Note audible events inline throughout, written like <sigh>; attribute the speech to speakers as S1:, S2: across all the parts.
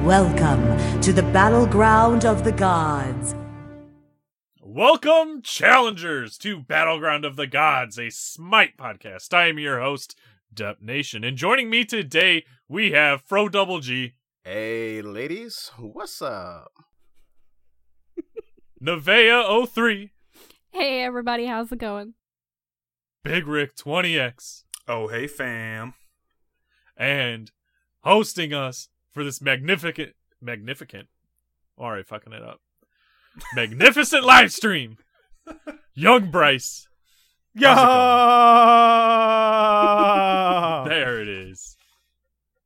S1: Welcome to the battleground of the gods.
S2: Welcome, challengers, to Battleground of the Gods, a Smite podcast. I am your host, Dup Nation, and joining me today we have Fro Double G,
S3: Hey, ladies, what's up?
S2: Nevea03,
S4: Hey everybody, how's it going?
S2: Big Rick 20X,
S5: Oh, hey, fam.
S2: and hosting us for this magnificent, magnificent, alright, fucking it
S6: <laughs>
S2: up, magnificent live stream, Young Bryce.
S6: Yeah.
S2: There it is.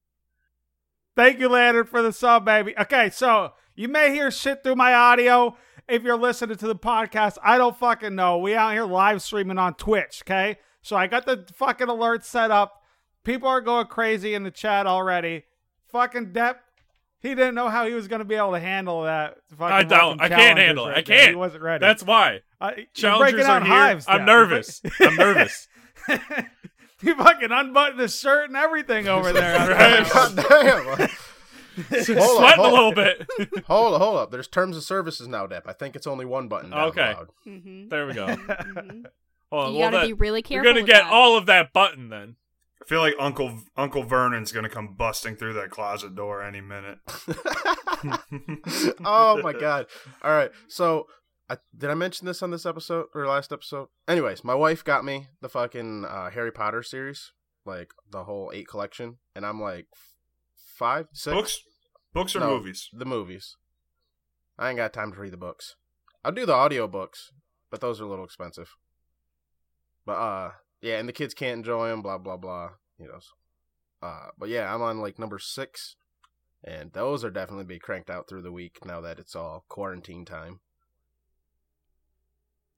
S6: <laughs> Thank you, Leonard, for the sub, baby. Okay, so you may hear shit through my audio if you're listening to the podcast. I don't fucking know. We out here live streaming on Twitch, okay? So I got the fucking alert set up. People are going crazy in the chat already. Fucking Depp, he didn't know how he was going to be able to handle that. Fucking
S2: I don't.
S6: fucking
S2: I can't
S6: challenges
S2: handle it.
S6: right
S2: I
S6: there.
S2: can't.
S6: He wasn't ready.
S2: That's why.
S6: Uh, you're
S2: Challengers
S6: breaking
S2: are
S6: out
S2: here.
S6: hives
S2: I'm
S6: now.
S2: nervous.
S6: <laughs>
S2: I'm nervous.
S6: you fucking unbuttoned his shirt and everything
S3: <laughs>
S6: over there.
S2: Right.
S3: God damn.
S2: <laughs> Sweating
S3: Hold on,
S2: a
S3: hold
S2: little bit.
S4: <laughs>
S3: hold up, hold up. There's terms of services now, Depp. I think it's only one button. down
S2: Okay.
S3: allowed.
S2: <laughs>
S4: Mm-hmm.
S2: There we
S4: <laughs>
S2: go. Hold on,
S4: You
S2: well,
S4: gotta
S2: that-
S4: be really
S2: You're
S4: careful.
S2: gonna
S4: with
S2: get
S4: that.
S2: all of that button then.
S5: I feel like Uncle Uncle Vernon's gonna come busting through that closet door any minute. <laughs>
S3: <laughs> oh my god. All right. So, I, did I mention this on this episode or last episode? Anyways, my wife got me the fucking uh, Harry Potter series, like the whole eight collection, and I'm like f- five, six.
S5: Books, books or
S3: No,
S5: movies?
S3: The movies. I ain't got time to read the books. I'll do the audiobooks, but those are a little expensive. But uh yeah, and the kids can't enjoy them, blah blah blah, you know. so- Uh but yeah, I'm on like number 6 and those are definitely be cranked out through the week now that it's all quarantine time.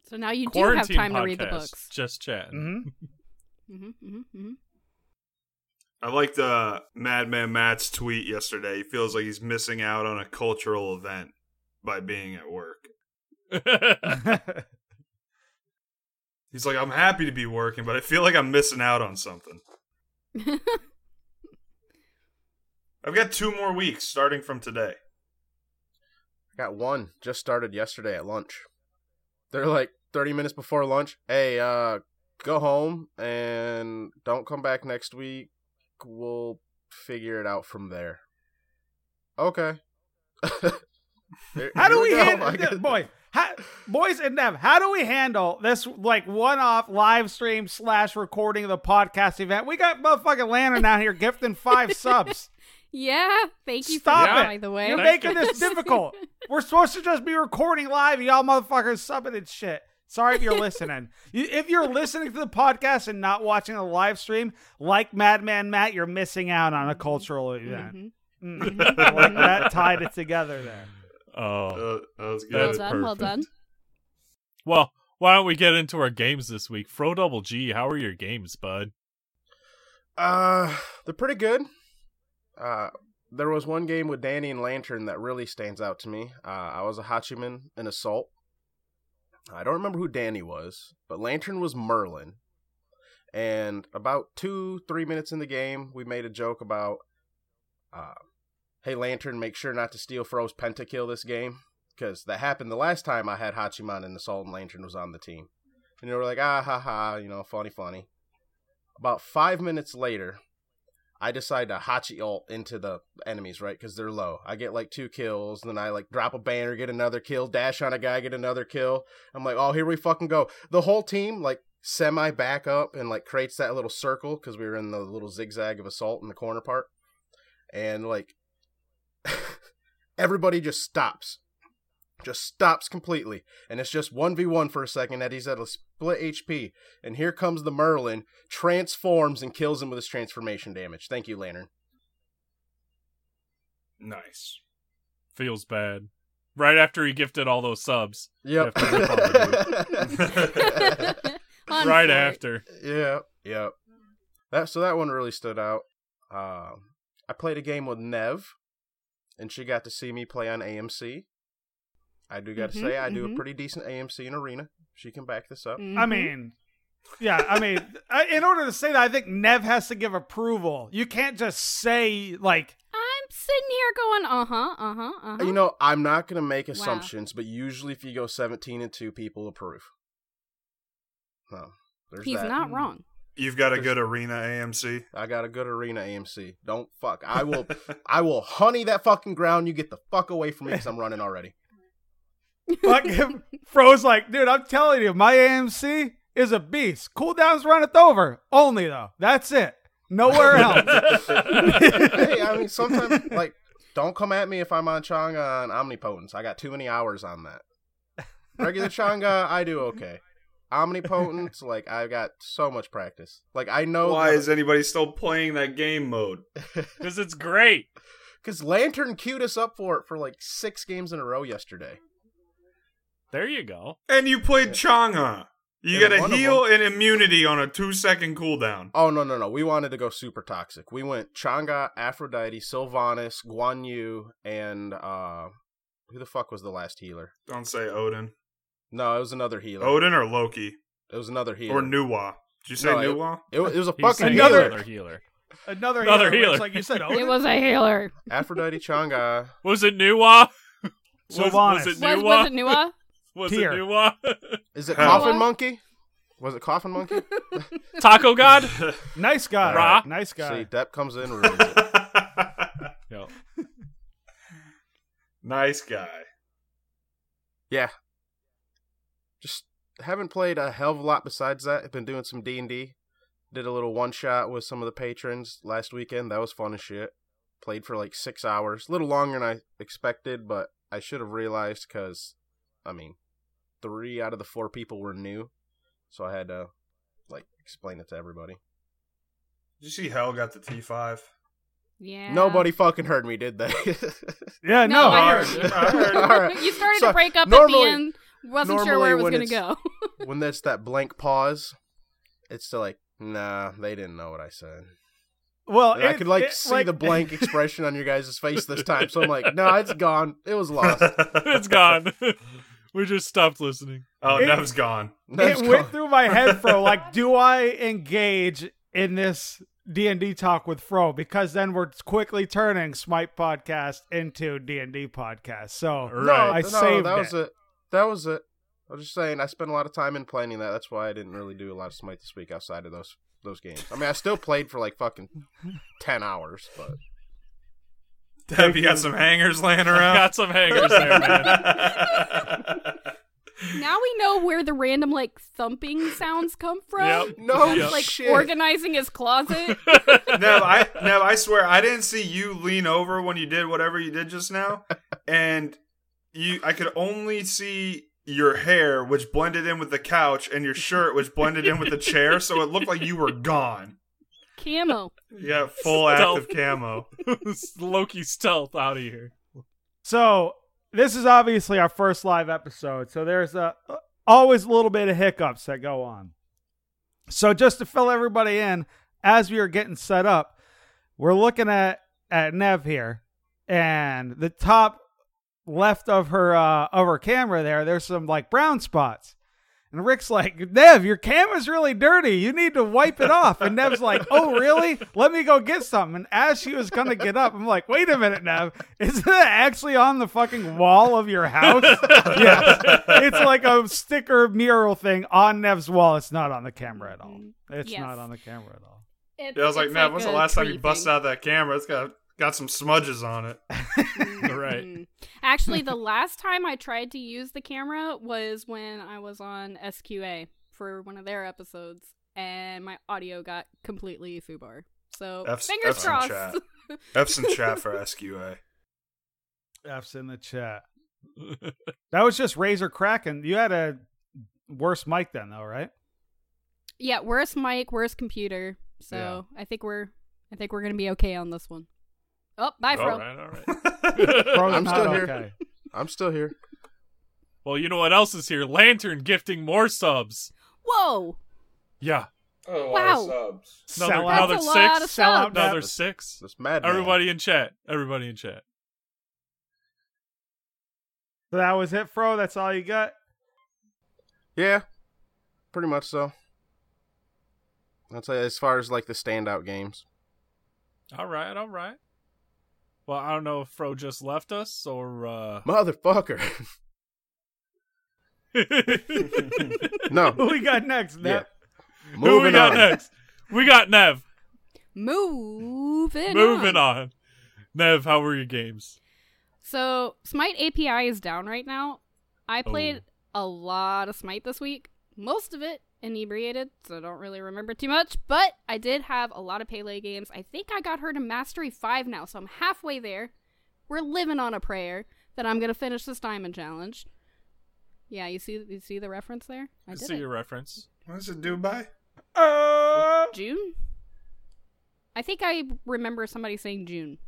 S4: So now you do have
S2: Quarantine
S4: time to read the
S2: podcast,
S4: books.
S2: Just chat.
S6: hmm
S3: <laughs>
S4: Mm-hmm, mm-hmm,
S5: I liked uh, Madman Matt's tweet yesterday. He feels like he's missing out on a cultural event by being at work.
S4: Mm-hmm.
S5: He's like, I'm happy to be working, but I feel like I'm missing out on something.
S4: mm-hmm.
S5: I've got two more weeks starting from today.
S3: I got one just started yesterday at lunch. They're like 30 minutes before lunch. Hey, uh go home and don't come back next week. We'll figure it out from there. Okay. <laughs> There-
S6: How
S3: here <laughs>
S6: do we
S3: go.
S6: handle,
S3: Oh My God.
S6: boy? How, boys and Nev, how do we handle this like one-off live stream slash recording of the podcast event? We got motherfucking Landon out here
S3: <laughs>
S6: gifting five subs.
S4: <laughs> Yeah. Thank you
S6: Stop
S4: for
S2: it.
S4: that, by the way.
S6: You're
S2: Thank
S6: making
S2: you.
S6: this difficult. We're supposed to just be recording live. Y'all motherfuckers subbing and shit. Sorry if you're
S2: <laughs>
S6: listening. You, if you're listening to the podcast and not watching the live stream, like Madman Matt, you're missing out on a cultural
S2: Mm-hmm.
S6: event.
S4: Mhm.
S6: Mm. I like that tied it together there.
S2: <laughs> oh.
S5: Uh, that was
S4: Well
S2: That's
S5: good.
S4: done, well done.
S2: Well, why don't we get into our games this week? Fro Double G, how are your games, bud?
S3: Uh, they're pretty good. Uh, there was one game with Danny and Lantern that really stands out to me. Uh, I was a Hachiman in Assault. I don't remember who Danny was, but Lantern was Merlin. And about two, three minutes in the game, we made a joke about, uh, hey, Lantern, make sure not to steal Fro's pentakill this game. Because that happened the last time I had Hachiman in Assault and Lantern was on the team. And they were like, ah, ha, ha, you know, funny, funny. About five minutes later, I decide to hachi ult into the enemies, right? Because they're low. I get like two kills, then I like drop a banner, get another kill, dash on a guy, get another kill. I'm like, oh, here we fucking go. The whole team like semi back up and like creates that little circle because we were in the little zigzag of assault in the corner part, and like <laughs> everybody just stops, just stops completely, and it's just one v one for a second that he's at a split HP, and here comes the Merlin transforms and kills him with his transformation damage. Thank you, Lantern.
S5: Nice.
S2: Feels bad. Right after he gifted all those subs.
S3: Yep.
S4: <laughs>
S3: <laughs>
S2: <laughs>
S4: On
S2: right
S4: for it.
S2: after.
S3: yep. Yep. That so that one really stood out. Um, I played a game with Nev, and she got to see me play on AMC. I do got to
S4: Mhm,
S3: say I do a
S4: mhm.
S3: pretty decent AMC in arena. She can back this up.
S4: Mhm.
S6: I mean, yeah, I mean, I, in order to say that, I think Nev has to give approval. You can't just say like
S4: I'm I'm sitting here going, uh huh, uh huh, uh huh.
S3: You know, I'm not going to make
S4: Wow.
S3: assumptions, but usually if you go 17 and 2, people approve. No, there's
S4: he's
S3: that.
S4: not wrong.
S5: You've got a good arena AMC.
S3: I got a good arena AMC. Don't fuck. I
S5: <laughs>
S3: will I will honey that fucking ground. You get the fuck away from me because I'm running already.
S4: <laughs>
S6: Fucking Fro's like, dude, I'm telling you, my AMC is a beast. Cooldowns runneth over. Only though. That's it. <laughs> Nowhere else.
S3: hey, I mean,
S5: <laughs>
S3: sometimes, like, don't come at me if I'm on Changa on Omnipotence. I got too many hours on that. Regular Changa, I do okay. Omnipotence, like, I've got so much practice. Like, I
S2: Oh,
S3: know.
S5: Why is anybody still playing that game mode?
S2: Because it's great.
S3: Because Lantern queued us up for it for, like, six games in a row yesterday.
S2: There you go.
S5: And you played Changha. You
S3: Yeah,
S5: got
S3: one
S5: a
S3: of
S5: heal and immunity on a two second cooldown.
S3: Oh, no, no, no. We wanted to go super toxic. We went Changa, Aphrodite, Sylvanas, Guan Yu, and, uh, who the fuck was the last healer?
S5: Don't say Odin.
S3: No, it was another healer.
S5: Odin or Loki?
S3: It was another healer.
S5: Or Nuwa. Did you say
S3: No, it-
S5: Nuwa?
S3: It,
S2: <laughs>
S3: wa- it was a
S2: He
S3: fucking
S2: said
S3: healer.
S2: another healer.
S6: Another,
S2: Another
S6: healer.
S2: healer.
S6: It's like you said,
S4: It
S6: Odin.
S4: was a healer.
S3: Aphrodite Changa.
S2: Was it Nuwa? <laughs> Was, was
S6: Sylvanas.
S2: it
S4: Was,
S2: Nuwa?
S4: was
S2: <laughs>
S4: it Nua?
S2: Was it
S6: Tear.
S2: Nuwa?
S3: Is it
S5: Huh.
S3: Coffin
S4: What?
S3: Monkey? Was it Coffin Monkey?
S2: <laughs> Taco
S6: <laughs>
S2: God?
S6: nice guy.
S2: Ra.
S6: Nice
S3: See,
S6: guy.
S3: Depp comes in. ruins it.
S2: No.
S5: <laughs> nice guy.
S3: Yeah. Just haven't played a hell of a lot besides that. I've been doing some D and D. Did a little one shot with some of the patrons last weekend. That was fun as shit. Played for like six hours, a little longer than I expected, but I should have realized because, I mean, three out of the four people were new, so I had to like explain it to everybody.
S5: Did you see Hell got the T five? <laughs>
S4: Yeah.
S3: Nobody fucking heard me, did they? <laughs>
S4: No,
S6: Yeah, no. uh,
S4: I heard
S5: I heard.
S3: All right.
S4: you started
S3: So,
S4: to break up
S3: normally-
S4: at the end. Wasn't sure
S3: normally
S4: where it was
S3: when
S4: going to
S3: it's-
S4: go.
S3: when there's that blank pause, it's still like, nah, they didn't know what I said.
S6: Well,
S3: And I
S6: Oh, it-
S3: could like
S6: it-
S3: see the
S6: <laughs>
S3: blank expression on your guys' face this time, so I'm like, no, it's gone. It was
S6: <laughs>
S3: lost.
S2: <laughs> It's gone. <laughs> we just stopped listening.
S5: Oh,
S6: It-
S5: Nev's gone.
S3: That's
S6: it
S3: gone.
S6: went through my
S3: <laughs>
S6: head, Fro. Like, do I engage in this D and D talk with Fro? Because then we're quickly turning Smite podcast into D and D podcast. So
S3: No,
S2: Right.
S6: I
S3: no,
S6: saved
S3: that was
S6: it.
S3: it. That was it. I was just saying, I spent a lot of time in planning that. That's why I didn't really do a lot of Smite this week outside of those those games. I mean, I still played for
S2: <laughs>
S3: like fucking ten hours, but
S5: Deb, you got some hangers laying around?
S2: Got some hangers
S6: <laughs>
S2: there, man. <laughs>
S4: now we know where the random like thumping sounds come from.
S2: Yep.
S3: no
S2: Yeah.
S4: Like
S3: shit.
S4: organizing his
S5: <laughs>
S4: closet.
S5: Nev, I Nev, I swear I didn't see you lean over when you did whatever you did just now, and you I could only see your hair, which blended in with the couch, and your shirt, which blended in with the chair, so it looked like you were gone.
S4: Camo.
S5: Yeah, full active camo.
S2: Loki stealth out of here.
S6: So this is obviously our first live episode. So there's a always a little bit of hiccups that go on. So just to fill everybody in, as we are getting set up, we're looking at at Nev here, and the top left of her uh, of her camera there, there's some like brown spots. And Rick's like, Nev, your camera's really dirty. You need to wipe it off. And Nev's like, Oh, really? Let me go get something. And as she was gonna get up, I'm like, Wait a minute, Nev, is that actually on the fucking wall of your house? yes, it's like a sticker mural thing on Nev's wall. It's not on the camera at all. It's
S4: Yes.
S6: not on the camera at all.
S4: It,
S5: Yeah, I was like,
S4: it's
S5: Nev, when's the
S4: a
S5: last time
S4: tree
S5: you busted
S4: thing.
S5: out that camera? It's got got some smudges on it.
S4: <laughs>
S2: Right.
S4: Mm. Actually, the last time I tried to use the camera was when I was on SQA for one of their episodes, and my audio got completely fubar. So
S5: F's-
S4: fingers
S5: F's in chat.
S4: crossed.
S5: F's in chat for <laughs> SQA.
S6: F's in the chat. That was just Razor Kraken. You had a worse mic then, though, right?
S4: <laughs> yeah, worse mic, worse computer. So I think we're I think we're gonna be okay on this one. Oh, bye, Fro.
S2: all right, all right.
S4: <laughs>
S6: Bro's
S3: I'm
S6: not
S3: still here.
S6: okay.
S3: I'm still here.
S2: <laughs> well, you know what else is here? Lantern gifting more subs.
S4: Whoa,
S2: Yeah.
S5: Oh,
S4: Wow.
S5: subs.
S2: Another,
S6: Sell
S4: That's
S6: out.
S2: another
S4: a
S2: six.
S4: lot of
S6: Sell out
S4: subs.
S2: another
S6: That-
S2: six.
S3: This mad
S2: Everybody in chat. Everybody in chat.
S6: So that was it, Fro. That's all you got. <laughs>
S3: Yeah, pretty much so. uh, I'd say as far as like the standout games.
S2: All right, all right. Well, I don't know if Fro just left us or. uh <laughs>
S3: Motherfucker. <laughs>
S6: Who
S2: <laughs>
S3: no.
S6: we got next,
S3: Yeah.
S6: Nep?
S2: Who we
S3: Moving
S2: got
S3: on.
S2: next? We got Nev.
S4: Moving
S2: Moving on. Nev, how were your games?
S4: So Smite API is down right now.
S2: Oh.
S4: I played a lot of Smite this week. Most of it inebriated, so I don't really remember too much. But I did have a lot of Pele games. I think I got her to Mastery 5 now, so I'm halfway there. We're living on a prayer that I'm gonna finish this diamond challenge. Yeah, you see you see the reference there? I
S2: I
S4: did
S2: see
S4: it.
S2: your reference.
S5: What is it Dubai?
S6: Uh,
S4: June? I think I remember somebody saying June.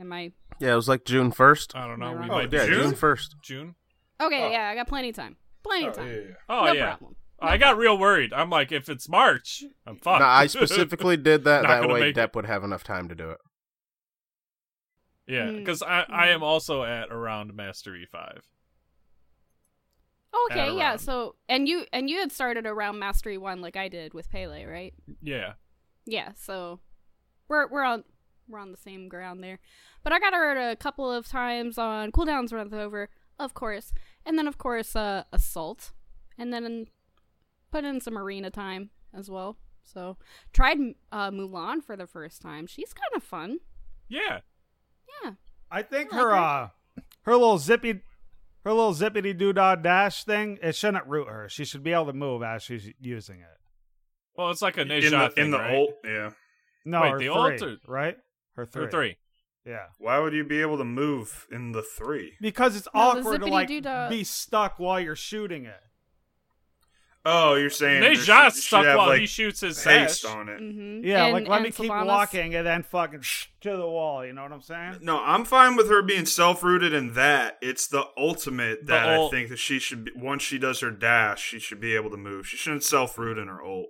S4: Am I
S3: Yeah, it was like June 1st.
S2: I don't know.
S4: Am
S2: We
S4: I wrong?
S2: might be
S3: Oh, yeah, June
S2: June.
S3: 1st.
S2: June.
S4: Okay,
S5: Oh.
S4: yeah, I got plenty of time. Plenty of
S5: Oh,
S4: time.
S5: yeah, yeah.
S2: Oh
S4: no
S2: yeah.
S4: problem.
S2: I got real worried. I'm like, if it's March, I'm fucked. <laughs>
S3: No,
S5: <laughs>
S3: I specifically did that.
S2: Not
S3: that
S2: gonna
S3: way,
S2: make it.
S3: Depp would have enough time to do it.
S2: yeah,
S4: Mm.
S2: because I I am also at around mastery five. at
S4: Okay,
S2: a
S4: yeah.
S2: round.
S4: So, and you and you had started around Mastery One, like I did with Pele, right?
S2: Yeah.
S4: Yeah. So, we're we're on we're on the same ground there. But I got her a couple of times on cooldowns runs over, of course, and then of course uh, assault, and then put in some arena time as well. So tried uh, Mulan for the first time. She's kind of fun.
S2: Yeah.
S4: Yeah.
S6: I think
S4: I like
S6: her uh, her little zippy, her little zippity doodah dash thing. It shouldn't root her. She should be able to move as she's using it.
S2: Well, it's like a
S5: In
S2: nation
S5: the, in the
S2: right?
S5: old, yeah.
S6: No,
S2: Wait,
S6: her
S2: the
S6: three,
S2: alter-
S6: right? Her three.
S2: Or three.
S6: Yeah.
S5: Why would you be able to move in the three?
S6: Because it's
S4: No, the
S6: awkward to like
S4: zippity-doo-dah-
S6: be stuck while you're shooting it.
S5: Oh, you're saying
S2: They
S5: there should-
S2: shot
S5: should
S2: stuck
S5: have,
S2: while
S5: like,
S2: he shoots his
S5: paste
S2: sash.
S5: on it.
S4: Mm-hmm.
S6: Yeah, like let me keep walking and then fucking <laughs> to the wall. You know what I'm saying?
S5: No, I'm fine with her being self-rooted in that. It's the ultimate
S2: The
S5: that I
S2: ult.
S5: think that she should be, once she does her dash, she should be able to move. She shouldn't self-root in her ult.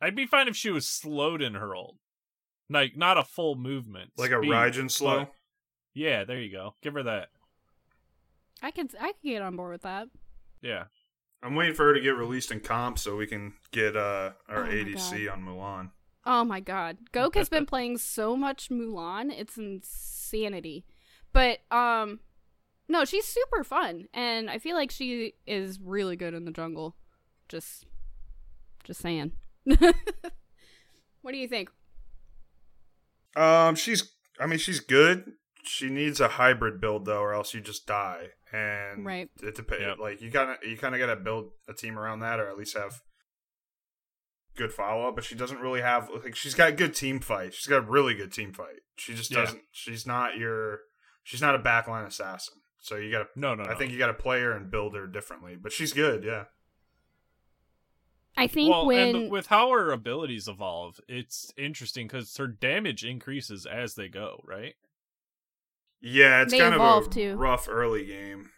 S2: I'd be fine if she was slowed in her old. Like not a full movement.
S5: Like a
S2: speed,
S5: Raijin slow.
S2: but- Yeah, there you go. Give her that.
S4: I could I could get on board with that.
S2: Yeah.
S5: I'm waiting for her to get released in comp so we can get uh,
S4: Oh
S5: our
S4: my
S5: ADC on Mulan.
S4: Oh my god. Gok has been playing so much Mulan, it's insanity. But um no, she's super fun and I feel like she is really good in the jungle. Just just saying. <laughs> what do you think?
S5: Um, she's. I mean, she's good. She needs a hybrid build though, or else you just die. And
S4: Right.
S5: it depends.
S2: Yeah.
S5: Like you kind of you kind of got to build a team around that, or at least have good follow up. But she doesn't really have. Like she's got good team fight. She's got a really good team fight. She just
S2: Yeah.
S5: doesn't. She's not your. She's not a backline assassin. So you got to.
S2: No, no,
S5: I
S2: no.
S5: think you got to play her and build her differently. But she's good. Yeah.
S4: I think
S2: well,
S4: when
S2: and with how her abilities evolve, it's interesting because her damage increases as they go, right?
S5: Yeah, it's
S4: They
S5: kind of a
S4: evolve, too.
S5: rough early game.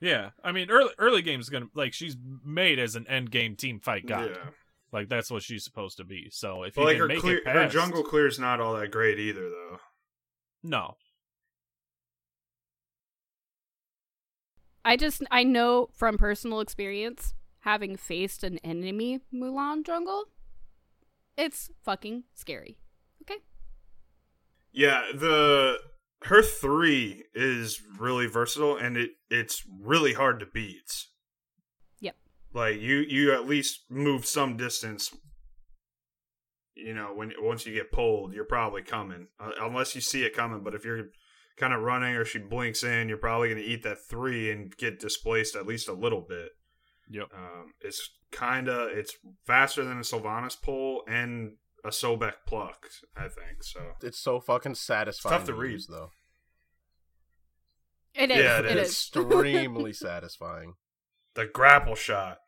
S2: Yeah, I mean, early early game is gonna like she's made as an end game team fight god.
S5: Yeah.
S2: Like that's what she's supposed to be. So if
S5: But
S2: you
S5: like
S2: can
S5: her
S2: make
S5: clear,
S2: it
S5: her
S2: past,
S5: jungle clear is not all that great either, though.
S2: no,
S4: I just I know from personal experience having faced an enemy Mulan jungle, it's fucking scary. Okay?
S5: Yeah, the her three is really versatile, and it it's really hard to beat.
S4: Yep.
S5: Like you, you at least move some distance. You know, when once you get pulled, you're probably coming, uh, unless you see it coming. But if you're kind of running or she blinks in, you're probably going to eat that three and get displaced at least a little bit.
S2: yep,
S5: Um, it's kind of it's faster than a Sylvanas pull and a Sobek pluck, I think. So
S3: It's so fucking satisfying.
S5: It's tough to read.
S3: use, though.
S4: It is.
S5: Yeah, it
S4: it
S5: is. <laughs>
S4: is. <laughs>
S3: Extremely satisfying.
S5: the grapple shot.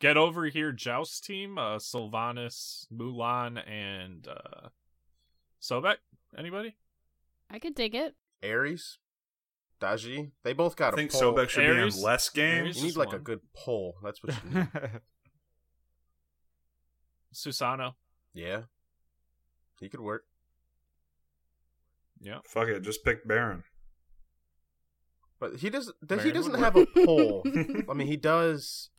S2: get over here, joust team, uh, Sylvanas, Mulan, and uh, Sobek. Anybody?
S4: I could dig it.
S3: Aries, Daji, they both got
S5: I
S3: a
S5: think
S3: pull.
S5: Sobek should
S2: Ares-
S5: be in less games.
S2: Ares-
S3: you need like a
S2: One.
S3: good pull. That's what you
S6: <laughs>
S5: <laughs>
S3: need.
S2: Susano.
S3: yeah, he could work.
S2: Yeah,
S5: Fuck it, just pick Baron.
S3: But he doesn't. he
S2: Baron would
S3: doesn't have a
S5: <laughs>
S3: pull. I mean, he does.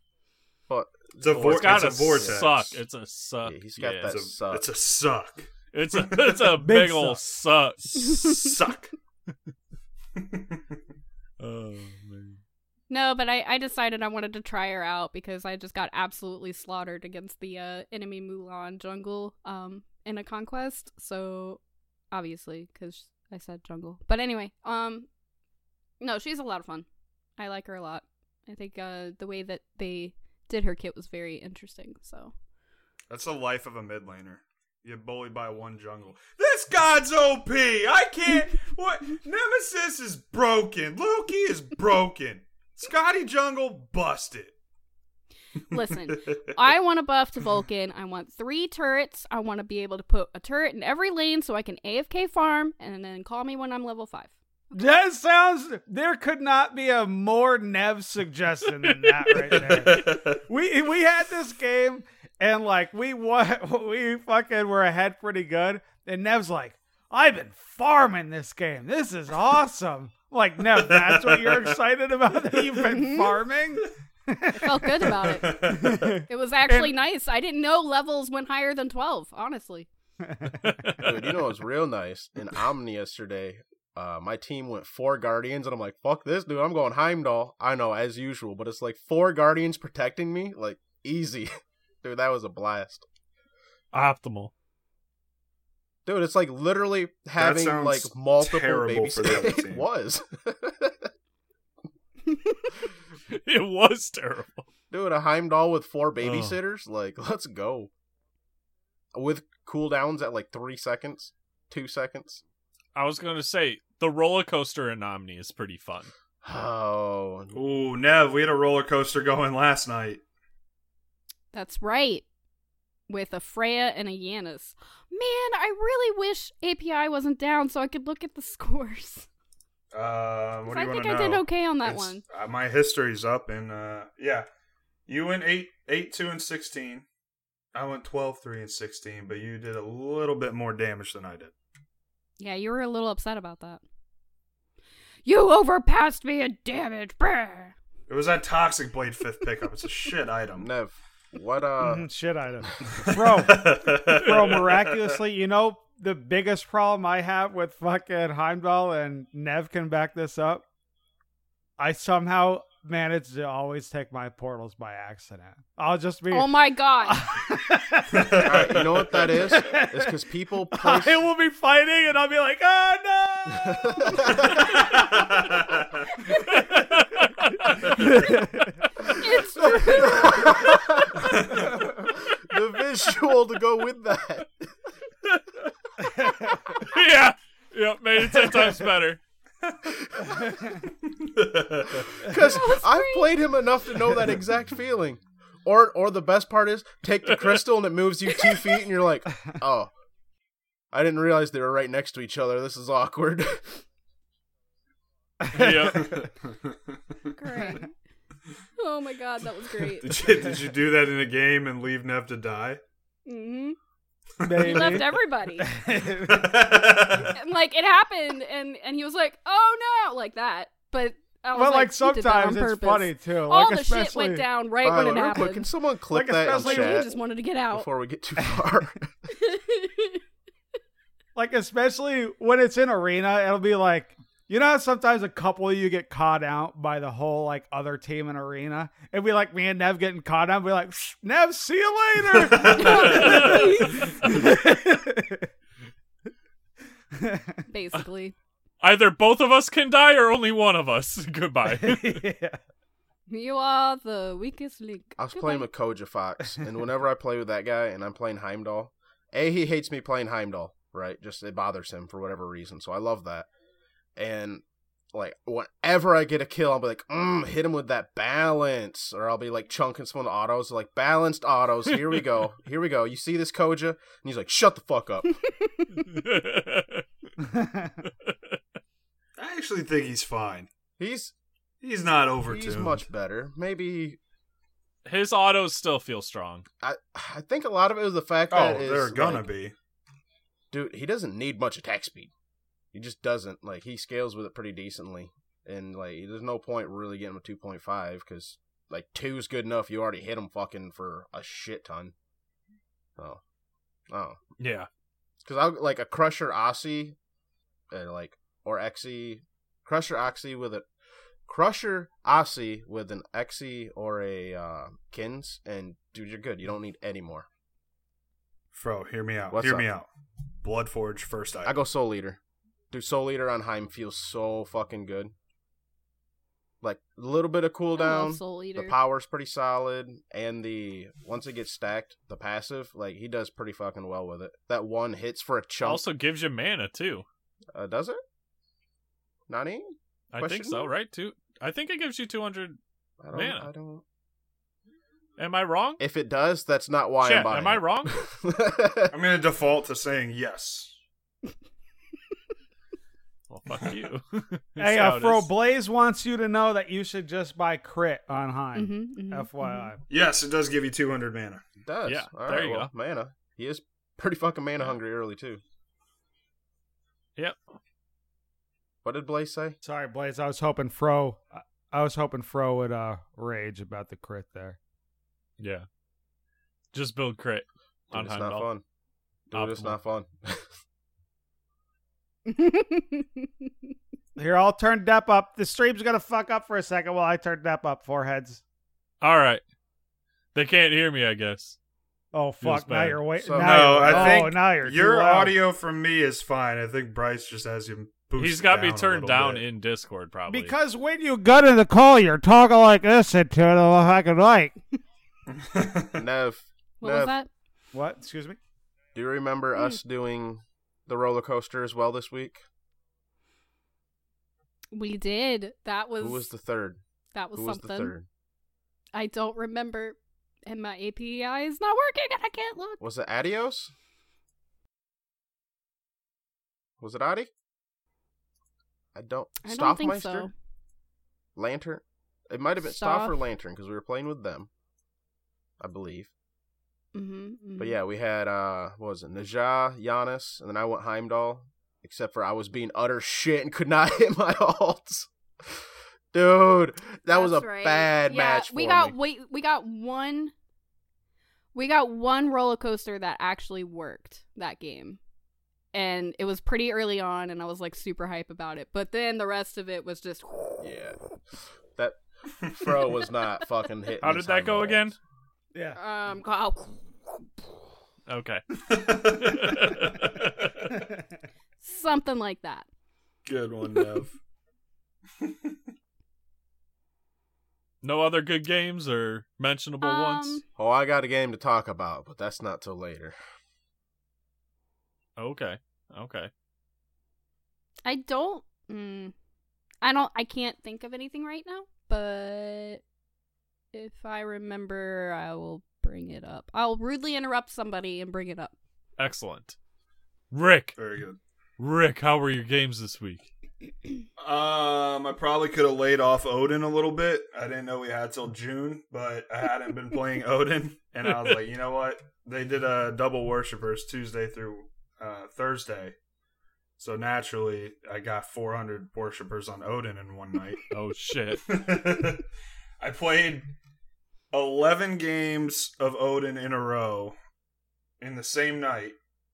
S3: But
S5: It's a vor-
S2: it's gotta
S5: a vortex.
S2: suck. It's a suck.
S3: Yeah, he's got
S2: yeah.
S5: It's
S3: that
S5: a,
S3: suck.
S4: <laughs>
S5: it's a suck.
S2: It's
S3: <laughs>
S2: a, it's a big,
S6: Big
S2: old suck.
S5: Suck.
S2: Oh, <laughs> man.
S4: No, but I, I decided I wanted to try her out because I just got absolutely slaughtered against the uh, enemy Mulan jungle um, in a conquest. So obviously, because I said jungle. But anyway, um, no, she's a lot of fun. I like her a lot. I think uh, the way that they did her kit was very interesting. So
S5: That's the life of a mid laner. You bullied by one jungle. This god's OP. I
S6: <laughs>
S5: can't. What? Nemesis is broken. Loki is broken. Scotty jungle busted.
S4: listen, I want a buff to Vulcan. I want three turrets. I want to be able to put a turret in every lane so I can AFK farm and then call me when I'm level five.
S6: That sounds. There could not be a more Nev suggestion than that right there.
S5: <laughs>
S6: we we had this game and like we what <laughs> we fucking were ahead pretty good. And Nev's like, I've been farming this game. This is awesome. I'm like Nev, that's what you're excited about that you've been farming.
S4: felt good about it.
S5: <laughs>
S4: It was actually nice. I didn't know levels went higher than 12, honestly.
S3: Dude, you know what's real nice? In Omni yesterday, uh, my team went four Guardians, and I'm like, fuck this, dude. I'm going Heimdall. I know, as usual, but it's like four Guardians protecting me? Like, easy. <laughs> dude, that was a blast.
S2: Optimal.
S3: Dude, it's like literally having
S5: sounds
S3: like multiple
S5: terrible
S3: babies.
S5: for the
S3: <laughs>
S5: other
S3: it
S5: team.
S3: was.
S2: It was terrible.
S3: Dude, a Heimdall with four babysitters? Like, <laughs> let's go. With cooldowns at like three seconds, two seconds. <sighs>
S2: I was gonna say the roller coaster in Omni is pretty fun. <laughs>
S3: Oh,
S5: Ooh, Nev, we had a roller coaster going last night.
S4: That's right. With a Freya and a Yanis. Man, I really wish API wasn't down so I could look at the <laughs> scores.
S5: Uh, what do
S4: I
S5: you
S4: think
S5: want to know?
S4: I did okay on that
S5: It's-
S4: one.
S5: Uh, my history's up, and uh, yeah, you went eight, eight, two, and sixteen. I went 12, 3, and 16, but you did a little bit more damage than I did.
S4: Yeah, you were a little upset about that. You overpassed me in damage. Brr.
S5: It was that toxic blade fifth pickup. It's a <laughs> shit item.
S4: <laughs>
S3: Nev, what, uh,
S5: Mm-hmm.
S6: Mhm, Shit,
S5: <laughs>
S6: I don't. Bro, bro, miraculously, you know the biggest problem I have with fucking Heimdall and Nev can back this up. I somehow manage to always take my portals by accident. I'll just be <laughs>
S4: Oh my
S5: <laughs>
S4: god.
S3: Alright, you know what that is? It's because people place.
S6: I will be fighting, and I'll be like,
S4: <laughs>
S6: <laughs> "Oh
S4: it's true.
S3: the visual to go with that.
S2: yeah. Yep, made it ten times better.
S3: Because I've played him enough to know that exact feeling. Or, or the best part is take the crystal and it moves you two feet, and you're like, oh, I didn't realize they were right next to each other. This is awkward.
S2: Yep.
S4: Great. Oh my god, that was
S5: <laughs>
S4: great.
S5: did, you, did you do that in a game and leave Nev to die? <laughs>
S4: hmm
S6: no!"
S4: He
S6: <laughs>
S4: left everybody.
S6: Maybe.
S4: and like it happened and and he was like oh no like that but I was
S6: but
S4: like,
S6: like,
S4: "You did that on
S6: sometimes it's
S4: purpose."
S6: funny too.
S4: all
S6: like
S4: the
S6: especially
S4: shit went down right
S3: Uh,
S4: when it
S3: real quick,
S4: happened
S3: can someone click
S6: Like,
S3: that in
S6: especially-
S4: like we
S3: chat
S4: just wanted to get out
S3: before <laughs> we get too far?
S6: like especially when it's in arena, it'll be like you know how sometimes a couple of you get caught out by the whole like other team in arena. It'd be like me and Nev getting caught out, be like, "Psh, Nev, see you later.
S4: basically
S2: Either both of us can die or only one of us. <laughs> Goodbye.
S6: Yeah.
S4: you are the weakest link
S3: I was playing with Koja Fox, and whenever I play with that guy and I'm playing Heimdall, A, he hates me playing Heimdall, right? Just it bothers him for whatever reason. So I love that. And like whenever I get a kill, I'll be like, mm, hit him with that balance. Or I'll be like chunking someone autos, like balanced autos. Here we go. Here we go. You see this Koja? And he's like, shut the fuck up.
S5: I actually think he's fine.
S3: He's
S5: He's not over
S3: he's much better. Maybe
S2: His autos still feel strong.
S3: I I think a lot of it was the fact
S5: Oh,
S3: that
S5: they're
S3: is,
S5: gonna
S3: like,
S5: be.
S3: dude, he doesn't need much attack speed. He just doesn't. Like he scales with it pretty decently, and like there's no point really getting him a two point five because like two is good enough. You already hit him fucking for a shit ton. Oh, oh,
S2: Yeah.
S3: Because I'll like a Crusher Aussie, uh, like or Exy, Crusher Oxy with a Crusher Aussie with an Exy or a uh, Kins, and dude, you're good. You don't need any more.
S5: Fro, hear me out.
S3: What's
S5: hear
S3: up?
S5: me out. Bloodforge first item.
S3: I go Soul Eater. Dude, Soul Eater on Heim feels so fucking good. Like a little bit of
S4: I
S3: cooldown.
S4: love Soul Eater.
S3: The power's pretty solid, and the once it gets stacked, the passive, like he does pretty fucking well with it. That one hits for a chunk.
S2: Also gives you mana too.
S3: uh, does it? Nani?
S2: I think
S3: Question
S2: so,
S3: mark?
S2: right? Two. I think it gives you 200.
S3: I don't.
S2: Mana.
S3: I don't.
S2: Am I wrong?
S3: If it does, that's not why
S2: Chat,
S3: I'm buying.
S2: am I
S3: <laughs>
S2: wrong?
S3: it.
S5: I'm gonna default to saying yes.
S2: well, fuck you.
S6: Hey,
S2: That's how
S6: uh,
S2: it
S6: Fro
S2: is.
S6: Blaze wants you to know that you should just buy crit on high.
S4: Mhm, mhm, mhm.
S6: FYI.
S5: Yes, it does give you 200 mana.
S3: It does.
S2: Yeah,
S3: All
S2: there
S3: right,
S2: you
S3: well,
S2: go.
S3: Mana. He is pretty fucking mana hungry early too.
S2: Yep.
S3: What did Blaze say?
S6: Sorry, Blaze. I was hoping Fro. I- I was hoping Fro would uh, rage about the crit there.
S2: Yeah. Just build crit
S3: Dude,
S2: on
S3: it's not
S2: Heimdall.
S3: fun. Dude, it's
S2: Optimal.
S3: not fun.
S4: mm-hmm.
S6: Here, I'll turn Dep up. The stream's gonna fuck up for a second while I turn Dep up. Foreheads.
S2: All right. They can't hear me, I guess.
S6: Oh
S2: Feels
S6: fuck! Now
S2: bad.
S6: you're waiting.
S3: So-
S6: now
S5: No,
S6: you're,
S5: I
S6: oh,
S5: think
S6: now you're too
S5: your
S6: loud.
S5: audio from me is fine. I think Bryce just has him. boosted
S2: He's got me
S5: down a
S2: turned
S5: little
S2: down
S5: bit.
S2: in Discord, probably.
S6: Because when you go to the call, you're talking like this into the fucking mic.
S3: Nev,
S4: <laughs> <laughs> what was
S3: Nev,
S4: that?
S6: What? Excuse me.
S3: do you remember
S4: Hmm.
S3: us doing the roller coaster as well this week?
S4: We did. That was,
S3: Who was the third?
S4: that was
S3: Who was
S4: something.
S3: the third?
S4: I don't remember, and my API is not working, and I can't look.
S3: Was it Adios? Was it Adi? I don't.
S4: I don't think
S3: Stoffmeister?
S4: so.
S3: Lantern? It might have been Stoff,
S4: Stoff.
S3: or Lantern because we were playing with them, I believe.
S4: Mm-hmm,
S3: But yeah, we had, uh, what was it? Najah, Giannis, and then I went Heimdall, except for I was being utter shit and could not <laughs> hit my alts. Dude, that was a
S4: That's right.
S3: bad
S4: yeah,
S3: match for
S4: we got
S3: me.
S4: we we got one we got one roller coaster that actually worked that game. And it was pretty early on and I was like super hype about it. But then the rest of it was just
S3: Yeah. That fro was
S4: <laughs>
S3: not fucking hitting.
S2: How
S3: his
S2: did that go
S3: Heimdall
S2: again?
S3: alts.
S6: Yeah.
S4: um oh,
S2: Okay.
S4: something like that.
S5: Good one, <laughs> Nev.
S2: No other good games or mentionable ones?
S4: Um,
S3: Oh, I got a game to talk about, but that's not till later.
S2: Okay. Okay.
S4: I don't mm, I don't I can't think of anything right now, but if I remember I will bring it up. I'll rudely interrupt somebody and bring it up.
S2: Excellent. Rick,
S5: Very good.
S2: Rick, how were your games this week?
S5: Um, I probably could have laid off Odin a little bit. I didn't know we had till June, but I hadn't been playing Odin, and I was like, you know what? They did a double worshippers Tuesday through uh, Thursday, so naturally I got 400 worshippers on Odin in one night. <laughs>
S2: Oh shit.
S5: I played 11 games of Odin in a row in the same night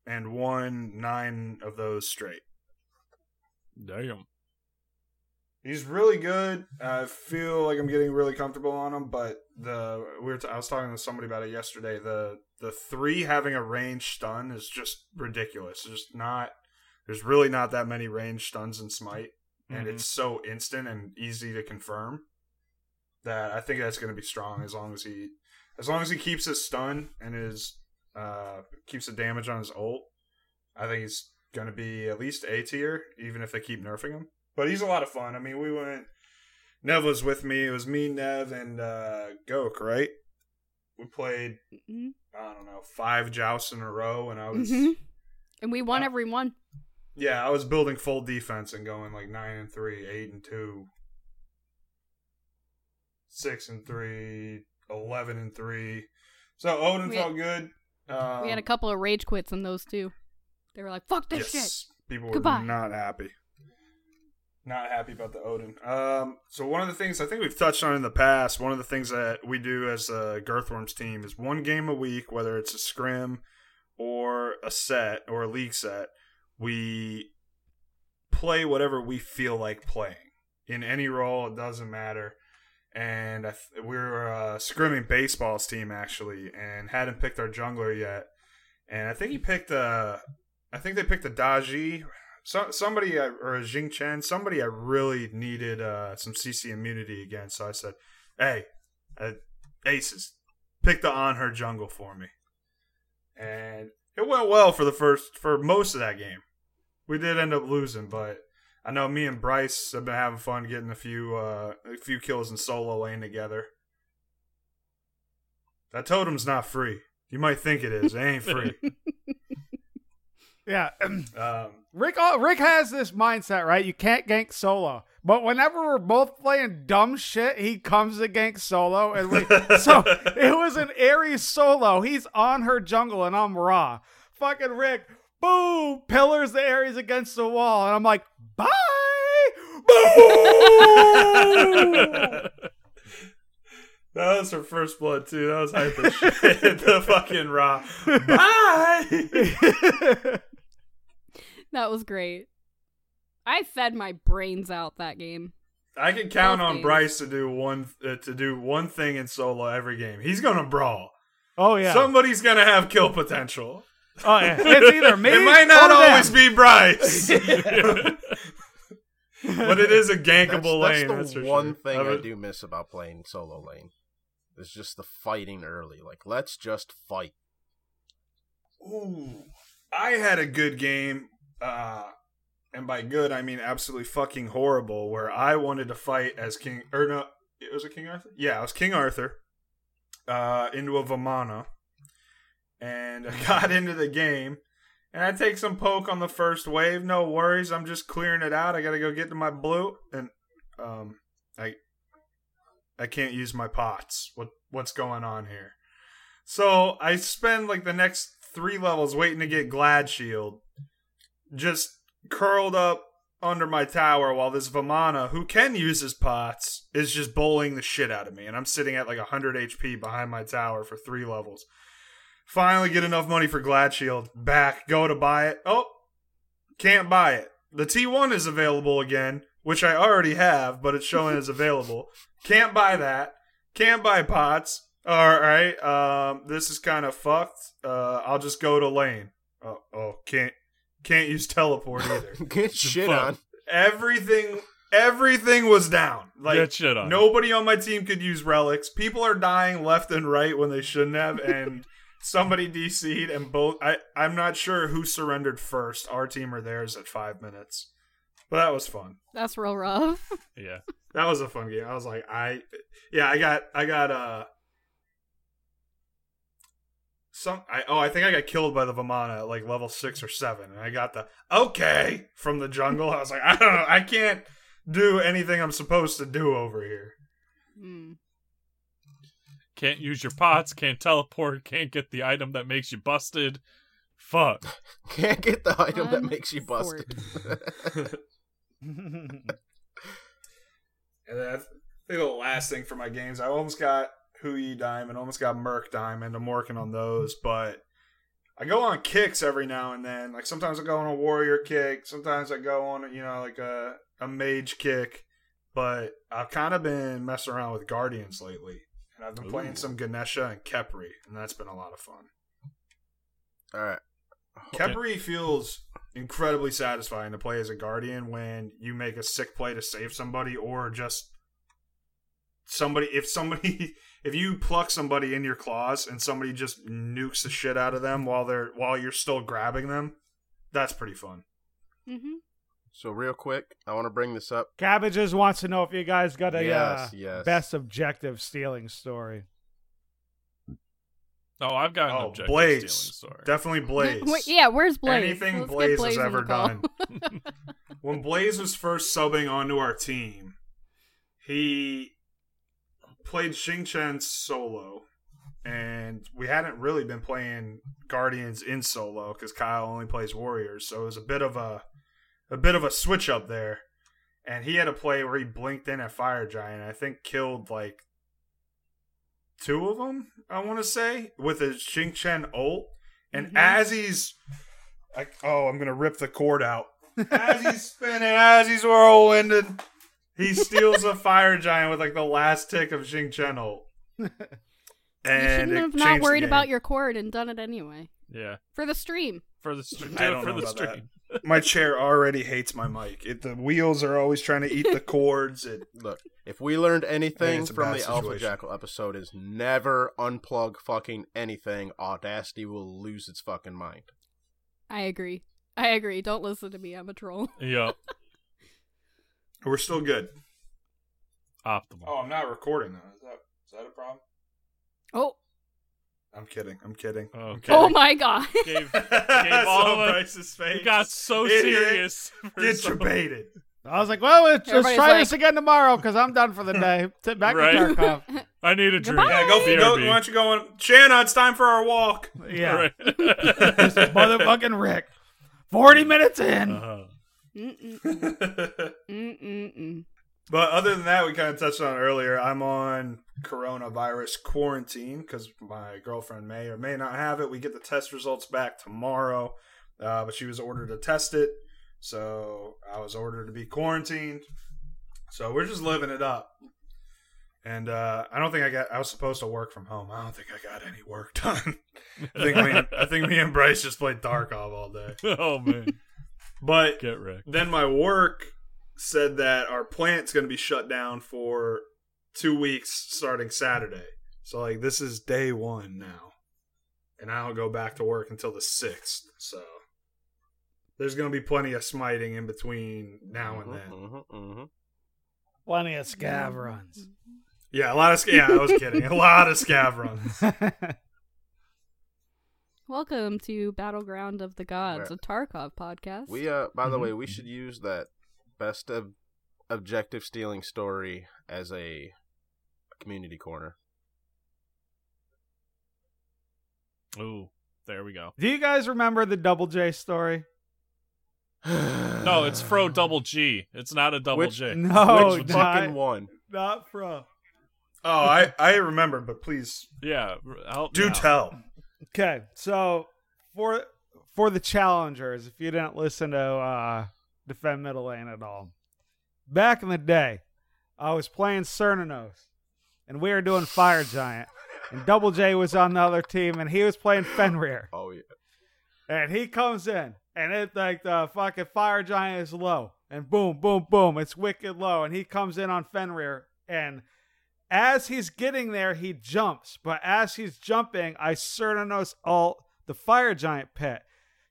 S5: and won nine of those straight.
S2: Damn. <laughs>
S5: He's really good. I feel like I'm getting really comfortable on him, but the we were t- I was talking to somebody about it yesterday. The the three having a range stun is just ridiculous. There's not there's really not that many range stuns in Smite. and
S2: Mhm.
S5: it's so instant and easy to confirm that I think that's going to be strong as long as he as long as he keeps his stun and his uh keeps the damage on his ult. I think he's going to be at least A tier even if they keep nerfing him. But he's a lot of fun. I mean, we went Nev was with me. It was me, Nev and uh Gok, right? We played
S4: Mm-hmm.
S5: I don't know, 5 jousts in a row and I was
S4: Mhm. And we won
S5: Uh,
S4: every one.
S5: Yeah, I was building full defense and going like nine and three, eight and two, six and three, eleven and three. So Odin
S4: We-
S5: felt good. Um,
S4: we had a couple of rage quits in those too. They were like, "Fuck this
S5: yes, people were
S4: Goodbye.
S5: not happy. Not happy about the Odin. Um, so one of the things I think we've touched on in the past, one of uh, the things that we do as a Girthworms team is one game a week, whether it's a scrim or a set or a league set, we play whatever we feel like playing in any role. It doesn't matter. And I th- we were uh, scrimming baseball's team actually, and hadn't picked our jungler yet. And I think he picked uh, a, I think they picked a Daji, so, somebody I- or a Jing Chen, somebody I really needed uh, some CC immunity against. So I said, "Hey, uh, aces, pick the on her jungle for me." and it went well for the first for most of that game. We did end up losing, but I know me and Bryce have been having fun getting a few uh, a few kills in solo lane together. That totem's not free. You might think it is. It ain't free.
S6: Yeah.
S5: um,
S6: Rick oh, Rick has this mindset, right? You can't gank solo. But whenever we're both playing dumb shit, he comes to gank solo. And
S5: <laughs>
S6: we, so it was an Aries solo. He's on her jungle and I'm raw. Fucking Rick, boom, pillars the Aries against the wall. And I'm like, bye. <laughs> Boom.
S5: that was her first blood too. That was hype as shit. <laughs> the fucking raw. Bye.
S4: That was great. I fed my brains out that game.
S5: I can count
S4: Both
S5: on
S4: games.
S5: Bryce to do one uh, to do one thing in solo every game. He's gonna brawl.
S6: <laughs> oh, yeah.
S5: Somebody's gonna have kill potential.
S6: oh, yeah. It's either me
S5: <laughs> it might not
S6: or them. <laughs>
S5: always be Bryce, <laughs> but it is a
S3: That's,
S5: gankable
S3: that's
S5: lane.
S3: the
S5: that's for
S3: one
S5: sure.
S3: thing
S5: Of
S3: I
S5: it-
S3: do miss about playing solo lane. It's just the fighting early. Like, let's just fight. <laughs>
S5: Ooh, I had a good game, uh, and by good I mean absolutely fucking horrible. Where I wanted to fight as King, or no, it was a King Arthur. Yeah, I was King Arthur uh, into a Vamana, and I <laughs> got into the game. And I take some poke on the first wave, no worries. I'm just clearing it out. I gotta go get to my blue, and um, I I can't use my pots. What what's going on here? So I spend like the next three levels waiting to get Glad Shield, just curled up under my tower while this Vamana, who can use his pots, is just bowling the shit out of me. And I'm sitting at like 100 HP behind my tower for three levels. Finally get enough money for Glad Shield. Back, go to buy it. Oh, can't buy it. The T1 is available again, which I already have, but it's showing as available. Can't buy that. Can't buy pots. All right. Um, this is kind of fucked. Uh, I'll just go to lane. Oh, oh, can't can't use teleport
S2: <laughs>
S5: either.
S3: Get shit
S2: fun.
S3: on. <laughs>
S5: everything everything was down. Like
S2: Get shit on.
S5: nobody on my team could use relics. People are dying left and right when they shouldn't
S2: <laughs>
S5: have, and somebody DC'd and both. I I'm not sure who surrendered first, our team or theirs, at five minutes. But that was fun.
S4: That's real rough. <laughs>
S2: Yeah.
S5: That was a fun game. I was like, I, yeah, I got, I got, uh, some, I, oh, I think I got killed by the Vamana at like level six or seven, and I got the okay from the jungle. I was like, <laughs> I don't know, I can't do anything I'm supposed to do over here.
S4: Hmm.
S2: Can't use your pots, can't teleport, can't get the item that makes you busted. Fuck.
S3: Can't get the item that
S4: Fun
S3: makes you busted.
S5: And then I think the last thing for my games, I almost got Hui Diamond, almost got Merc Diamond. I'm working on those, but I go on kicks every now and then. Like sometimes I go on a warrior kick, sometimes I go on you know like a a mage kick. But I've kind of been messing around with guardians lately, and I've been playing
S2: Ooh.
S5: some Ganesha and Kepri, and that's been a lot of fun.
S3: All right.
S5: Kepri feels incredibly satisfying to play as a guardian when you make a sick play to save somebody or just somebody if somebody <laughs> if you pluck somebody in your claws and somebody just nukes the shit out of them while they're while you're still grabbing them, that's pretty fun.
S4: Mm-hmm. <laughs>
S3: So real quick, I want to bring this up.
S6: Cabbages wants to know if you guys got a uh,
S3: Yes, yes.
S6: best objective stealing story.
S2: No, I've got an
S5: oh,
S2: objective
S5: Blaze.
S2: stealing story.
S5: Definitely Blaze.
S4: Wait, yeah, where's Blaze?
S5: Anything
S4: Let's get
S5: Blaze, has
S4: on
S5: ever
S4: the <laughs> call.
S5: done. when Blaze was first subbing onto our team, he played Xing Chen solo, and we hadn't really been playing Guardians in solo because Kyle only plays Warriors, so it was a bit of a a bit of a switch up there. And he had a play where he blinked in at Fire Giant. And I think killed like two of them. I want to say with a Xing Chen ult, And
S4: Mm-hmm.
S5: as he's, I, oh, I'm gonna rip the cord out. As he's
S4: <laughs>
S5: spinning, as he's whirlwinding, he steals a fire giant with like the last tick of Xing Chenel.
S4: you
S5: And
S4: shouldn't
S5: it
S4: have
S5: changed
S4: not
S5: the
S4: worried
S5: game.
S4: about your cord and done it anyway
S2: Yeah.
S4: for the stream.
S2: For the stream.
S5: I don't
S2: For
S5: know
S2: the
S5: about that.
S2: stream.
S5: My chair already hates my mic. It, the wheels are always trying to eat
S4: <laughs>
S5: the cords. It,
S3: Look, if we learned anything
S5: it's a
S3: from
S5: bad
S3: the Alpha
S5: situation.
S3: Jackal episode is never unplug fucking anything. Audacity will lose its fucking mind.
S4: I agree. I agree. Don't listen to me. I'm a troll. <laughs>
S2: Yep.
S5: we're still good.
S2: Optimal.
S5: <laughs> Oh, I'm not recording though. Is that is that a problem?
S4: Oh,
S5: I'm kidding. I'm kidding.
S2: Okay.
S4: oh my god. <laughs>
S2: Gave,
S5: I <laughs>
S2: gave all
S5: saw
S2: of us.
S5: Bryce's face.
S2: It got so
S5: Idiot.
S2: serious. for
S5: Get
S2: some-
S5: debated.
S6: I was like, well, let's, let's
S4: Everybody's
S6: try
S4: like-
S6: this again tomorrow because I'm done for
S3: <laughs>
S6: the day. T- Back
S2: Right.
S6: to Tarkov.
S2: I need a drink.
S4: Goodbye.
S5: Yeah, go.
S2: BRB.
S5: go why don't you go on, Shanna? It's time for our walk. <laughs>
S6: Yeah.
S2: Right.
S6: <laughs> Mr. Motherfucking Rick. 40 minutes in.
S2: Uh-huh. <laughs>
S4: Mm-mm.
S5: but
S4: Mm-mm-mm.
S5: other than that, we kind of touched on it earlier. I'm on coronavirus quarantine because my girlfriend may or may not have it. We get the test results back tomorrow, uh, but she was ordered to test it, so I was ordered to be quarantined. So we're just living it up. And uh, I don't think I got. I was supposed to work from home. I don't think I got any work <laughs> done. I think me. and- I think me and Bryce just played Tarkov all day.
S2: Oh man.
S5: But
S2: Get wrecked.
S5: then my work said that our plant's going to be shut down for two weeks starting Saturday. So like this is day one now, and I don't go back to work until the sixth. So there's going to be plenty of smiting in between now and then.
S3: Mhm, mhm.
S6: Plenty of scav runs. <laughs>
S5: Yeah, a lot of sc- yeah. I was kidding. A lot of scav runs.
S4: Welcome to Battleground of the Gods, a Tarkov podcast.
S3: We uh, by
S5: Mm-hmm.
S3: the way, we should use that best of objective stealing story as a community
S5: <sighs>
S3: corner.
S2: Ooh. There we go.
S6: Do you guys remember the Double J story?
S2: No, it's Fro double G. It's not a double
S3: Which-
S2: J.
S6: No,
S3: Which
S6: not,
S3: fucking one?
S6: not from.
S5: Oh, I I remember, but please
S2: Yeah. r- Help
S5: do
S2: me out.
S5: tell.
S6: Okay, so for for the challengers, if you didn't listen to uh, defend middle lane at all, back in the day, I was playing Cernanos, and we were doing Fire Giant, and Double J was on the other team, and he was playing Fenrir,
S3: Oh yeah.
S6: and he comes in, and it like the fucking Fire Giant is low, and boom, boom, boom, it's wicked low, and he comes in on Fenrir, and as he's getting there, he jumps. But as he's jumping, I Cernanos alt the fire giant pit.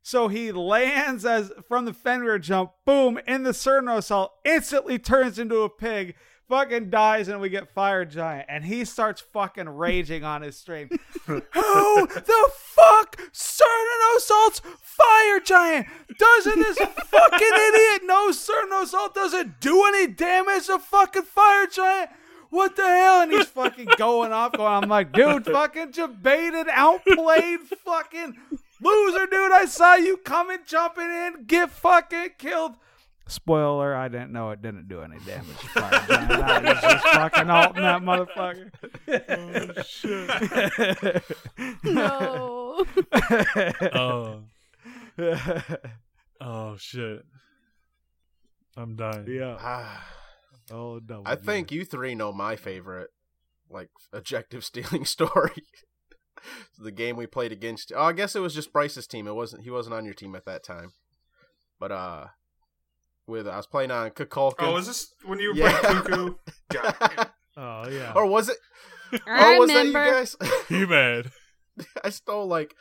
S6: So he lands as from the Fenrir jump, boom, in the Cernanos alt, instantly turns into a pig, fucking dies, and we get fire giant. And he starts fucking raging on his stream. Who the fuck Cernanos alt's fire giant? Doesn't this fucking idiot know Cernanos alt doesn't do any damage to fucking fire giant? what the hell? And he's fucking going off, going, I'm like, dude, fucking debated, outplayed, fucking loser, dude. I saw you coming, jumping in, get fucking killed. Spoiler, I didn't know it didn't do any damage. to Fire Giant. I was just fucking alting that motherfucker. <laughs>
S4: no.
S2: Oh. oh shit. I'm dying. <laughs>
S6: yeah.
S3: Ah.
S6: <laughs> Oh, double.
S3: I think you three know my favorite, like objective <laughs> stealing story. <laughs> the game we played against. Oh, I guess it was just Bryce's team. It wasn't. He wasn't on your team at that time. But uh, with I was playing on Kukulkan.
S5: Oh, is this when you were
S3: Yeah.
S5: playing Cuckoo? God,
S6: Oh, yeah.
S3: <laughs> or was it?
S4: <laughs>
S3: or
S4: I
S3: Oh, was
S4: remember.
S3: that you guys? <laughs>
S2: He mad. <laughs>
S3: I stole like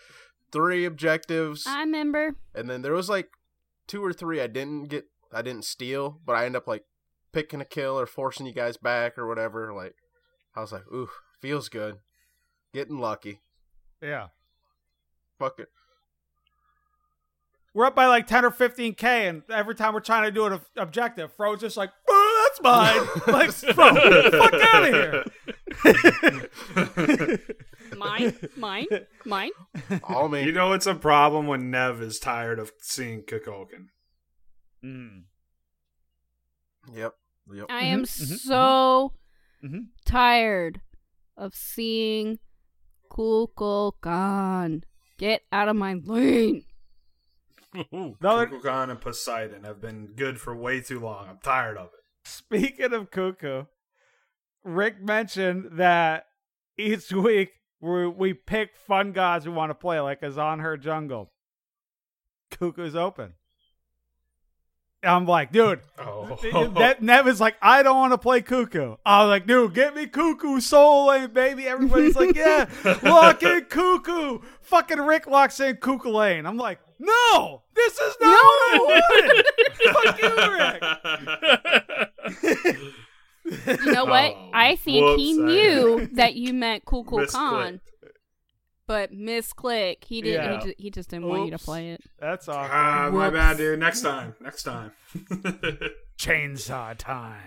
S3: three objectives,
S4: I remember.
S3: and then there was like two or three I didn't get. I didn't steal, but I end up like picking a kill or forcing you guys back or whatever. Like I was like, ooh, feels good, getting lucky.
S6: yeah.
S3: Fuck
S6: <laughs>
S3: it.
S6: We're up by like 10 or 15K, and every time we're trying to do an ob- objective, Fro's just like, "Oh, that's mine. like, Fro, get the fuck out of here.
S4: Mine, mine, mine.
S3: All me.
S5: You know it's a problem when Nev is tired of seeing Kukulkan.
S3: yep. Yep.
S5: <laughs>
S4: I am
S6: Mhm, mhm,
S4: so
S6: mhm.
S4: tired of seeing Kukulkan. Get out of my lane.
S2: Ooh.
S6: Another,
S5: Kukulkan and Poseidon have been good for way too long. I'm tired of it.
S6: Speaking of cuckoo, Rick mentioned that each week we we pick fun gods we want to play, like is on her jungle. Cuckoo's open. I'm like, dude.
S5: Oh,
S2: <laughs>
S6: That Nev is like, I don't want to play cuckoo. I was like, dude, get me cuckoo, soul lane, baby. Everybody's
S2: <laughs>
S6: like, yeah, lock in cuckoo. Fucking Rick locks in cuckoo lane. I'm like, no, this is not what I
S4: <laughs>
S6: wanted. Fuck you, Rick.
S5: <laughs>
S4: You know what?
S5: Oh,
S4: I think he
S5: whoops, I-
S4: knew that you meant Cool Cool
S5: Misclicked.
S4: Khan, but misclick. He didn't.
S6: Yeah.
S4: He, just, he just didn't want you to
S6: Oops.
S4: play it.
S6: That's all.
S5: Ah, my
S4: Whoops.
S5: bad, dude. Next time. Next <laughs> time.
S6: Chainsaw time.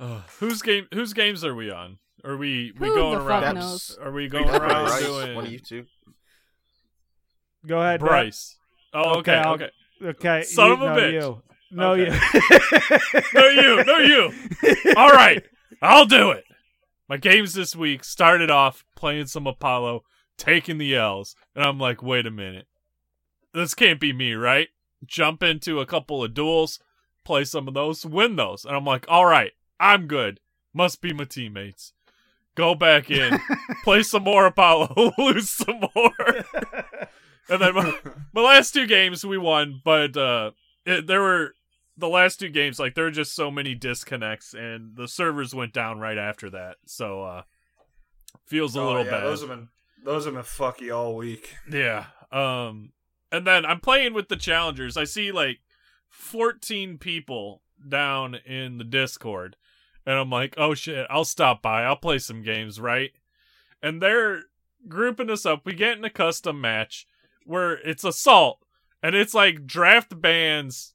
S2: Ugh. whose game? Whose games are we on? Are we we
S4: Who
S2: going
S4: the fuck
S2: around?
S4: knows?
S2: Are we going
S3: Right,
S2: around
S3: Bryce,
S2: doing
S3: One of you two.
S6: Go ahead, Dad.
S2: Bryce? Oh,
S6: Okay,
S2: okay,
S6: I'll-
S2: okay.
S6: Okay,
S2: Son
S6: you-
S2: of a
S6: no,
S2: bitch.
S6: You. No,
S2: Okay.
S6: you. <laughs>
S2: No, you, no, you. All right, I'll do it. My games this week started off playing some Apollo, taking the L's, and I'm like, wait a minute, this can't be me, right? Jump into a couple of duels, play some of those, win those, and I'm like, all right, I'm good. Must be my teammates. Go back in, play some more Apollo, <laughs> lose some more, and then my, my last two games we won, but uh, it, there were the last two games like there were just so many disconnects and the servers went down right after that so uh feels a
S5: Oh,
S2: little
S5: yeah,
S2: bad
S5: Those have been those have been fucky all week.
S2: yeah um and then i'm playing with the challengers i see like 14 people down in the discord and i'm like oh shit i'll stop by i'll play some games right and they're grouping us up we get in a custom match where it's assault and it's like draft bands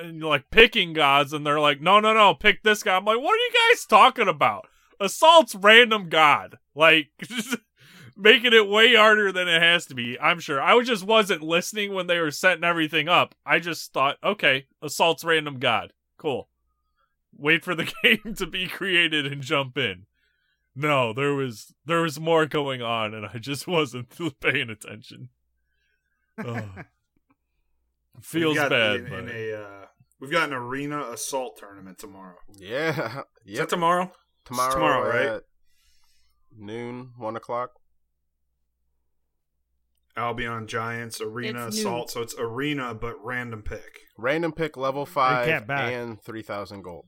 S2: and like picking gods and they're like no no no pick this guy i'm like what are you guys talking about assault's random god like <laughs> making it way harder than it has to be i'm sure i just wasn't listening when they were setting everything up i just thought okay assault's random god cool wait for the <laughs> game to be created and jump in no there was there was more going on and i just wasn't <laughs> paying
S5: <laughs>
S2: attention Ugh. feels
S5: We've got
S2: bad
S5: In,
S2: but...
S5: in a, uh, we've got an arena assault tournament tomorrow.
S3: Yeah. <laughs>
S5: Is
S3: Yep.
S5: that tomorrow?
S3: tomorrow,
S5: tomorrow, right?
S3: at Noon, one o'clock.
S5: Albion Giants Arena
S4: It's new.
S5: Assault. So it's arena, but random pick.
S3: Random pick level
S6: can't
S3: five
S6: back.
S3: and three thousand gold.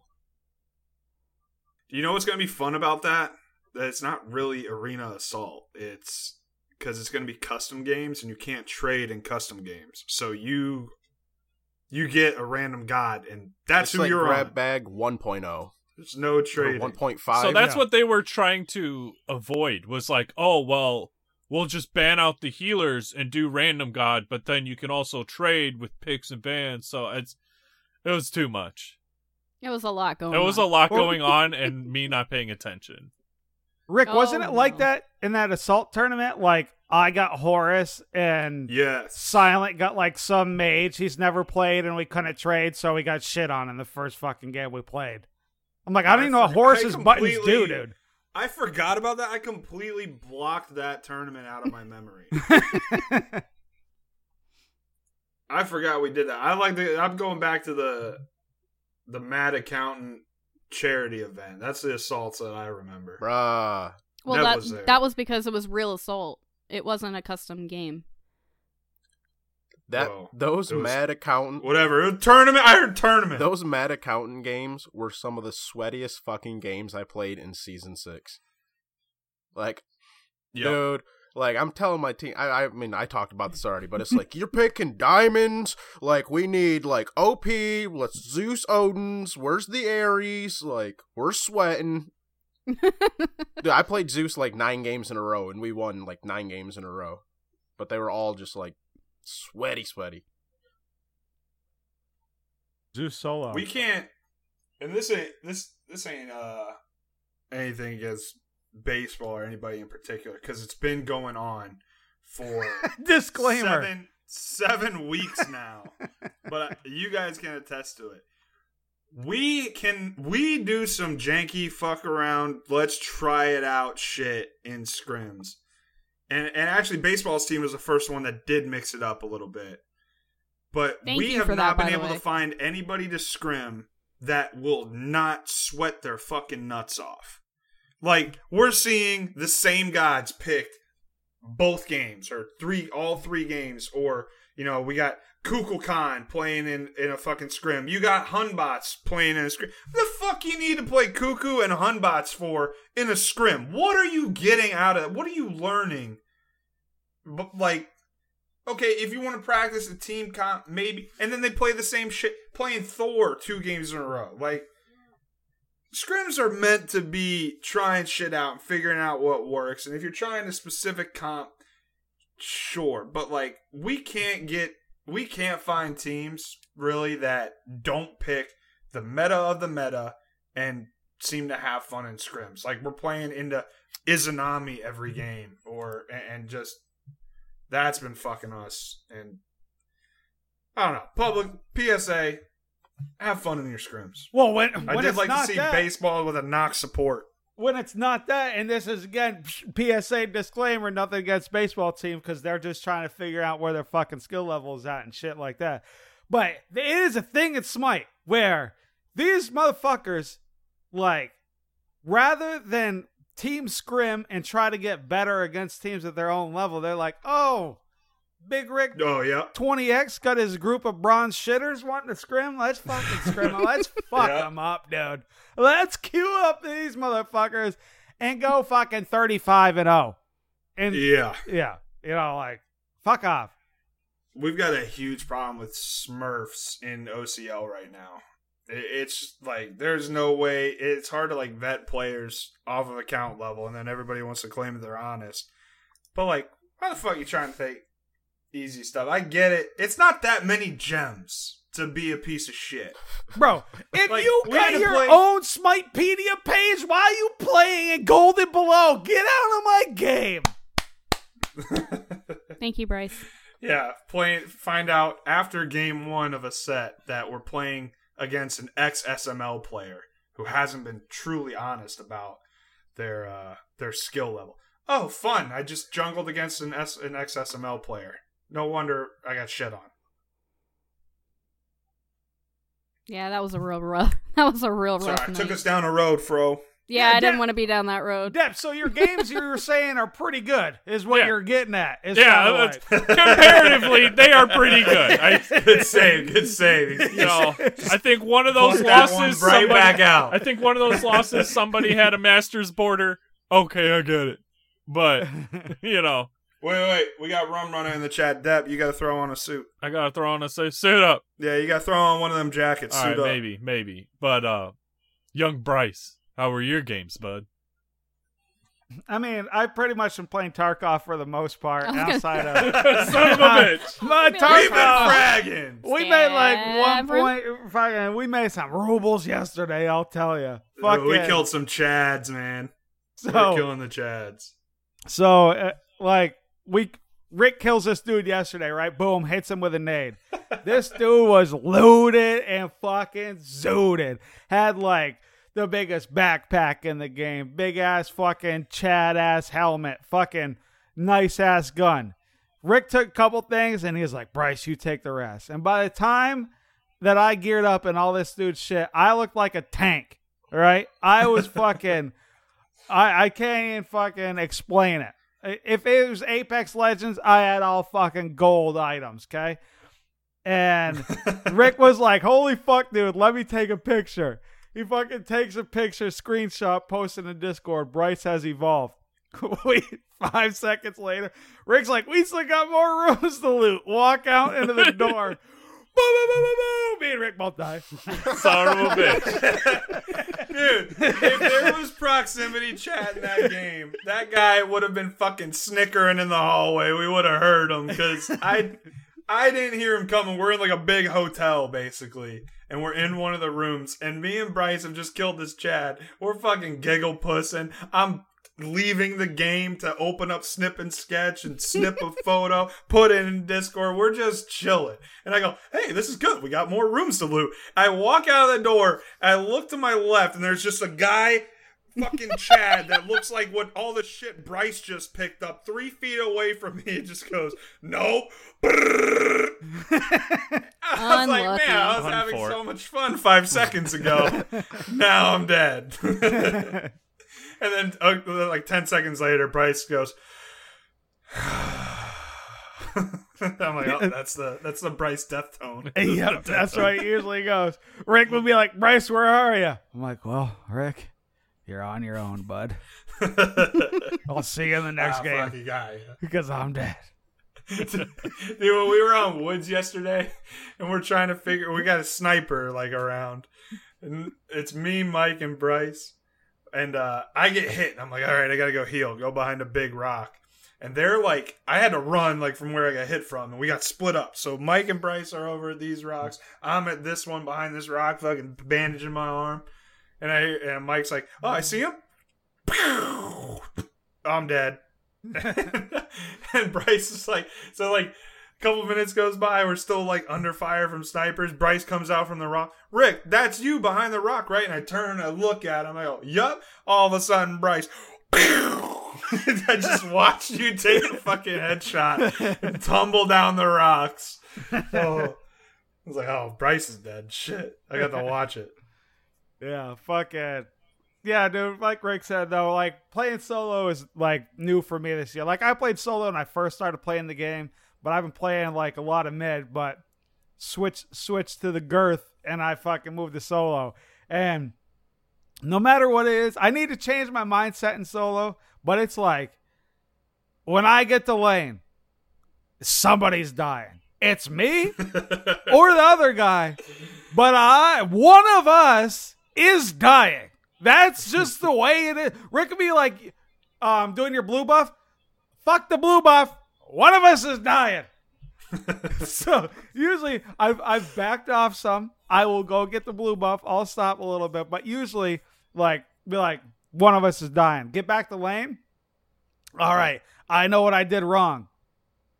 S5: You know what's going to be fun about that? That it's not really arena assault. It's because it's going to be custom games, and you can't trade in custom games. So you you get a random god, and that's
S3: It's
S5: who
S3: like
S5: you're
S3: grab
S5: on.
S3: bag 1.0
S5: There's no
S3: or
S5: trade.
S3: 1.5.
S2: So that's
S6: yeah.
S2: what they were trying to avoid was like, oh well, we'll just ban out the healers and do random god, but then you can also trade with picks and bans. So it's it was too much.
S4: It was a lot going.
S2: There was a
S4: on.
S2: lot going on and me not paying attention.
S6: Rick, wasn't
S4: Oh,
S6: it like
S4: no.
S6: that in that assault tournament? Like I got Horus and
S5: Yes.
S6: Silent got like some mage he's never played, and we couldn't trade, so we got shit on in the first fucking game we played. I'm like, I don't
S5: I
S6: even know what
S5: for-
S6: Horus's
S5: I
S6: buttons do,
S5: completely-
S6: dude.
S5: I forgot about that. I completely blocked that tournament out of my memory. <laughs>
S6: <laughs>
S5: I forgot we did that. I like the. I'm going back to the the Mad Accountant charity event. That's the assaults that I remember.
S3: Bruh.
S4: Well,
S5: Nev
S4: that
S5: was there.
S4: that was because it was real assault. It wasn't a custom game.
S3: That
S5: Whoa.
S3: those
S5: It was-
S3: mad
S5: <laughs>
S3: accountant
S5: Whatever It was tournament. I heard tournament.
S3: those mad accountant games were some of the sweatiest fucking games I played in season 6. Like
S5: Yep.
S3: dude like i'm telling my team I, I mean i talked about this already but it's like you're picking diamonds like we need like op let's zeus odin's where's the aries like we're sweating dude i played zeus like nine games in a row and we won like nine games in a row but they were all just like sweaty sweaty
S6: Zeus solo.
S5: We can't. And this ain't this this ain't uh anything against baseball or anybody in particular because it's been going on for
S6: <laughs> Disclaimer.
S5: seven seven weeks now. but you guys can attest to it. we can we do some janky fuck around let's try it out shit in scrims and and actually baseball's team was the first one that did mix it up a little bit but
S4: Thank
S5: we
S4: you
S5: have
S4: for that,
S5: not been
S4: by the
S5: able
S4: way.
S5: to find anybody to scrim that will not sweat their fucking nuts off like we're seeing the same gods picked both games or three all three games or you know we got Kukulkan playing in in a fucking scrim. You got Hunbots playing in a scrim. The fuck you need to play Cuckoo and Hunbots for in a scrim? What are you getting out of? What are you learning? But like, okay, if you want to practice a team comp, maybe, and then they play the same shit, playing Thor two games in a row. Like, scrims are meant to be trying shit out and figuring out what works. And if you're trying a specific comp, sure, but like we can't get we can't find teams really that don't pick the meta of the meta and seem to have fun in scrims. Like we're playing into Izanami every game or and and just that's been fucking us and I don't know. Public PSA have fun in your scrims.
S6: Well, when, when
S5: I did
S6: it's
S5: like to
S6: not
S5: see
S6: that,
S5: baseball with a knock support.
S6: when it's not that, and this is again PSA disclaimer, nothing against baseball team because they're just trying to figure out where their fucking skill level is at and shit like that. But it is a thing in Smite where these motherfuckers, like, rather than team scrim and try to get better against teams at their own level, they're like, oh, Big Rick
S5: Oh yeah.
S6: 20X got his group of bronze shitters wanting to scrim. Let's fucking scrim 'em.
S5: <laughs>
S6: Let's fuck
S5: Yeah.
S6: them up, dude. Let's queue up these motherfuckers and go fucking 35 and 0. And yeah.
S5: Yeah.
S6: you know, like, fuck off.
S5: We've got a huge problem with Smurfs in OCL right now. It- It's like there's no way. It's hard to like vet players off of account level, and then everybody wants to claim that they're honest. But like, why the fuck you trying to take easy stuff? I get it. It's not that many gems to be a piece of shit. <laughs>
S6: Bro, if
S5: Like,
S6: you
S5: we
S6: got
S5: had to
S6: your
S5: play-
S6: own Smitepedia page, why are you playing in Golden Below? Get out of my game.
S4: Thank you, Bryce.
S5: Yeah, playing. Find out after game one of a set that we're playing against an ex SML player who hasn't been truly honest about their uh, their skill level. Oh, fun! I just jungled against an S an ex SML player. No wonder I got shit on.
S4: Yeah, that was a real rough. <laughs> That was a real
S5: Sorry,
S4: rough.
S5: I
S4: night.
S5: took us down a road, Fro. <laughs>
S4: yeah,
S6: Yeah,
S4: I didn't
S6: that-
S4: want to be down that road.
S6: Depp, so your games you're saying are pretty good, is what
S2: Yeah.
S6: you're getting at. It's kinda
S2: Yeah,
S6: like-
S2: that's- <laughs> comparatively, they are pretty good. I,
S5: Good save,
S2: <laughs>
S5: good save.
S2: you know, I think one of those
S5: Pluck that one
S2: losses
S5: right
S2: somebody-
S5: back out.
S2: I think one of those losses somebody had a master's border. Okay, I get it. But you know,
S5: Wait, wait, we got Rum Runner in the chat. Dep, you got to throw on a suit.
S2: I gotta throw on a suit suit up.
S5: Yeah, you got to throw on one of them jackets.
S2: All
S5: suit
S2: right,
S5: up.
S2: maybe, maybe. But uh young Bryce, how were your games, bud?
S6: I mean, I've pretty much been playing Tarkov for the most part
S4: I was gonna-
S6: outside of.
S2: <laughs> Son of a bitch.
S6: But
S5: We've been
S6: Tarkov,
S5: fragging.
S6: we made like one
S4: Several?
S6: point. Fucking, we made some rubles yesterday. I'll tell you. Fuck
S5: Oh, we
S6: it.
S5: killed some chads, man. We're
S6: So,
S5: killing the chads.
S6: so uh, like we Rick kills this dude yesterday, right? Boom, hits him with a nade. this dude was looted and fucking zooted. Had like the biggest backpack in the game, big ass fucking Chad ass helmet, fucking nice ass gun. Rick took a couple things and he was like, Bryce, you take the rest. And by the time that I geared up and all this dude shit, I looked like a tank. All right. I was fucking I I can't even fucking explain it. I- If it was Apex Legends, I had all fucking gold items, okay? And Rick was like, "Holy fuck, dude! Let me take a picture." He fucking takes a picture, screenshot, posts it in Discord. Bryce has evolved. <laughs> we five seconds later, Rick's like, "We still got more rooms to loot." Walk out into the door. boom, boom, boom, boom, boom. Me and Rick both die.
S2: Son of a bitch.
S5: Dude, if there was proximity chat in that game, that guy would have been fucking snickering in the hallway. We would have heard him because I, I didn't hear him coming. We're in like a big hotel basically, and we're in one of the rooms. And me and Bryce have just killed this Chad. We're fucking giggle pussing. I'm leaving the game to open up snip and sketch and snip a photo, put it in Discord. We're just chilling. And I go, hey, this is good. We got more rooms to loot. I walk out of the door. I look to my left, and there's just a guy. Fucking Chad, that looks like what all the shit Bryce just picked up three feet away from me. It just goes, no. I was like, man, I was
S2: Unlucky.
S5: having
S2: Unfor-
S5: so much fun five seconds ago. now I'm dead. <laughs> and then, uh, like 10 seconds later, Bryce goes, <sighs> I'm like, oh, that's the that's the Bryce death tone.
S6: <laughs>
S5: <laughs>
S6: yep, that's right. It usually goes. Rick would be like, Bryce, where are you? I'm like, well, Rick, you're on your own, bud. I'll see you in the next
S5: Ah,
S6: game
S5: fucking guy.
S6: <laughs> because I'm dead.
S5: Dude, when we were on woods yesterday, and we're trying to figure, we got a sniper like around, and it's me, Mike, and Bryce, and uh, I get hit. And I'm like, all right, I gotta go heal. Go behind a big rock, and they're like, I had to run like from where I got hit from, and we got split up. So Mike and Bryce are over at these rocks. I'm at this one behind this rock, fucking bandaging my arm, and I and Mike's like, oh, I see him. I'm dead. and Bryce is like, so like a couple minutes goes by, we're still like under fire from snipers. Bryce comes out from the rock. Rick, that's you behind the rock, right? And I turn, I look at him, I go, Yup. All of a sudden, Bryce. <laughs> I just watched you take a fucking headshot and tumble down the rocks. Oh, I was like, oh, Bryce is dead. Shit. I got to watch it.
S6: Yeah, fuck it. Yeah, dude, like Rick said though, like playing solo is like new for me this year. Like I played solo when I first started playing the game, but I've been playing like a lot of mid, but switch switch to the girth and I fucking moved to solo. And no matter what it is, I need to change my mindset in solo, but it's like when I get to lane, somebody's dying. It's me or the other guy. But I, one of us is dying. That's just the way it is. Rick could be like, um, doing your blue buff. Fuck the blue buff. One of us
S3: <laughs>
S6: is dying. so usually I've I've backed off some. I will go get the blue buff. I'll stop a little bit, but usually like be like one of us is dying. Get back to lane. All right, I know what I did wrong.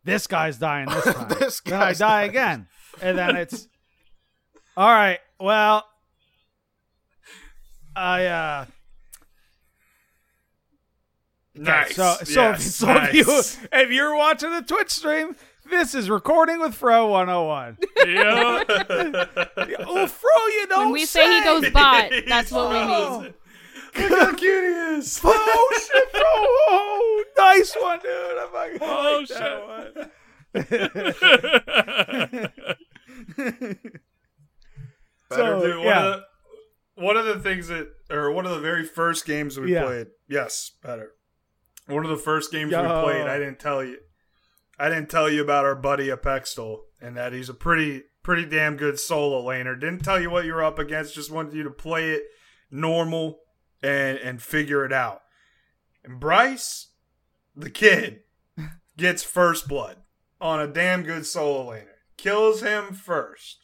S6: This guy's
S3: <laughs>
S6: dying this time.
S3: This
S6: then I
S3: guy's
S6: die
S3: dying.
S6: again, and then it's <laughs> all right. Well, I uh.
S5: Nice.
S6: So, so,
S5: Yes,
S6: so
S5: nice.
S6: if, you, <laughs> if you're watching the Twitch stream, this is recording with Fro
S5: <laughs>
S6: 101.
S2: yeah.
S6: oh, Fro, you don't
S4: When we say he goes
S5: <laughs>
S4: bot, that's what we mean.
S5: Oh, Look how cute he is.
S6: <laughs> Oh, shit, <laughs> Fro. Oh, nice one, dude. I fucking
S2: Oh,
S6: like <laughs> that one.
S2: <laughs>
S3: Better
S5: Dude,
S6: so,
S5: one,
S6: Oh, yeah.
S5: of the, one of the things that, or one of the very first games we
S6: Yeah.
S5: played, yes, better. One of the first games
S6: Yo.
S5: we played, I didn't tell you. I didn't tell you about our buddy Apextol and that he's a pretty, pretty damn good solo laner. Didn't tell you what you were up against. Just wanted you to play it normal and and figure it out. And Bryce, the kid, gets first blood on a damn good solo laner. Kills him first.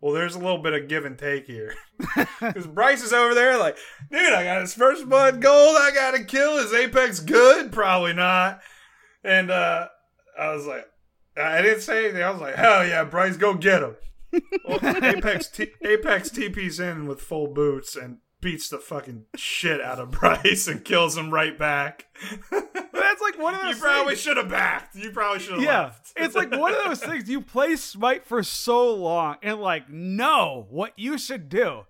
S5: Well, there's a little bit of give and take here. <laughs> Because Bryce is over there like, dude, I got his first blood gold. I got to kill. Is Apex good? Probably not. And uh, I was like, I didn't say anything. I was like, hell yeah, Bryce, go get him. Well, Apex, t- Apex TP's in with full boots and beats the fucking shit out of <laughs> Bryce and kills him right back.
S6: That's like one of those
S5: You probably
S6: things-
S5: should have backed. You probably should have
S6: Yeah,
S5: left. <laughs>
S6: it's like one of those things you play Smite for so long and like know what you should do.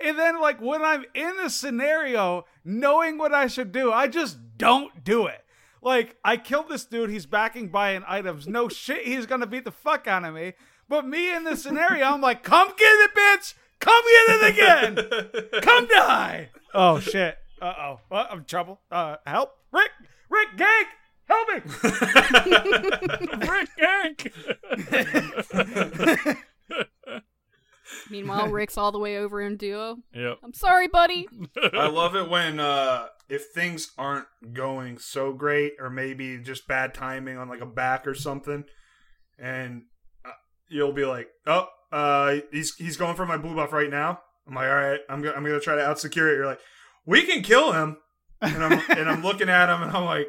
S6: And then like when I'm in the scenario knowing what I should do, I just don't do it. Like I killed this dude, he's backing by in items. No shit, he's going to beat the fuck out of me. But me in the scenario, I'm like, "Come get it, bitch. Come get it again. Come die." Oh shit. Uh-oh. Uh, I'm in trouble. Uh help. Rick, Rick Gank, help me.
S2: Rick Hank.
S4: Meanwhile, Rick's all the way over in duo.
S2: Yep.
S4: I'm sorry, buddy.
S5: I love it when uh if things aren't going so great or maybe just bad timing on like a back or something and uh, you'll be like, "Oh, uh he's he's going for my blue buff right now." I'm like, "All right, I'm go- I'm going to try to outsecure it." You're like, "We can kill him." and I'm and I'm looking at him, and I'm like,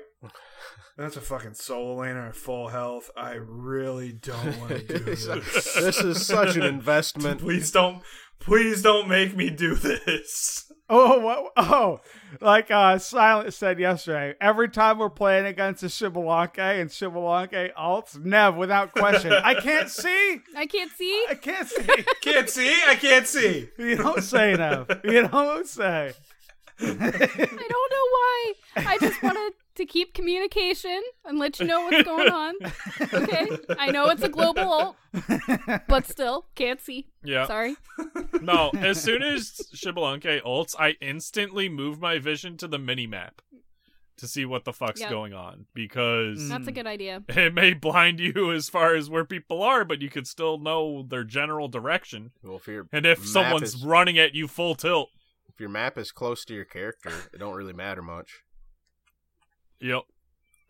S5: "That's a fucking solo laner at full health. I really don't want to
S6: <laughs>
S5: do
S3: He's like, <laughs>
S5: this.
S3: this is such an investment.
S5: please don't, please don't make me do this."
S6: Oh, what, oh, like uh, Silent said yesterday, every time we're playing against a Shibalanke and Shibalanke alts, Nev, without question. I <laughs> can't see.
S4: I can't
S5: <laughs>
S4: see.
S6: I can't see.
S5: Can't see. I can't see.
S6: You don't say, Nev. You don't say.
S4: I don't know why. I just
S5: <laughs>
S4: wanted to keep communication and let you know what's going on. Okay? I know it's a global alt,
S5: <laughs>
S4: but still, can't see.
S2: Yeah.
S4: Sorry.
S2: No, as soon as Shibalanke ults, I instantly move my vision to the mini map to see what the fuck's
S4: Yeah.
S2: going on
S5: Hmm.
S2: because
S4: That's a good
S5: <laughs>
S4: idea.
S2: it may blind you as far as where people are, but you could still know their general direction.
S3: Well, if your
S2: And if
S3: map
S2: someone's
S3: is,
S2: running at you full tilt,
S3: if your map is close to your character, it don't really matter much.
S2: yep,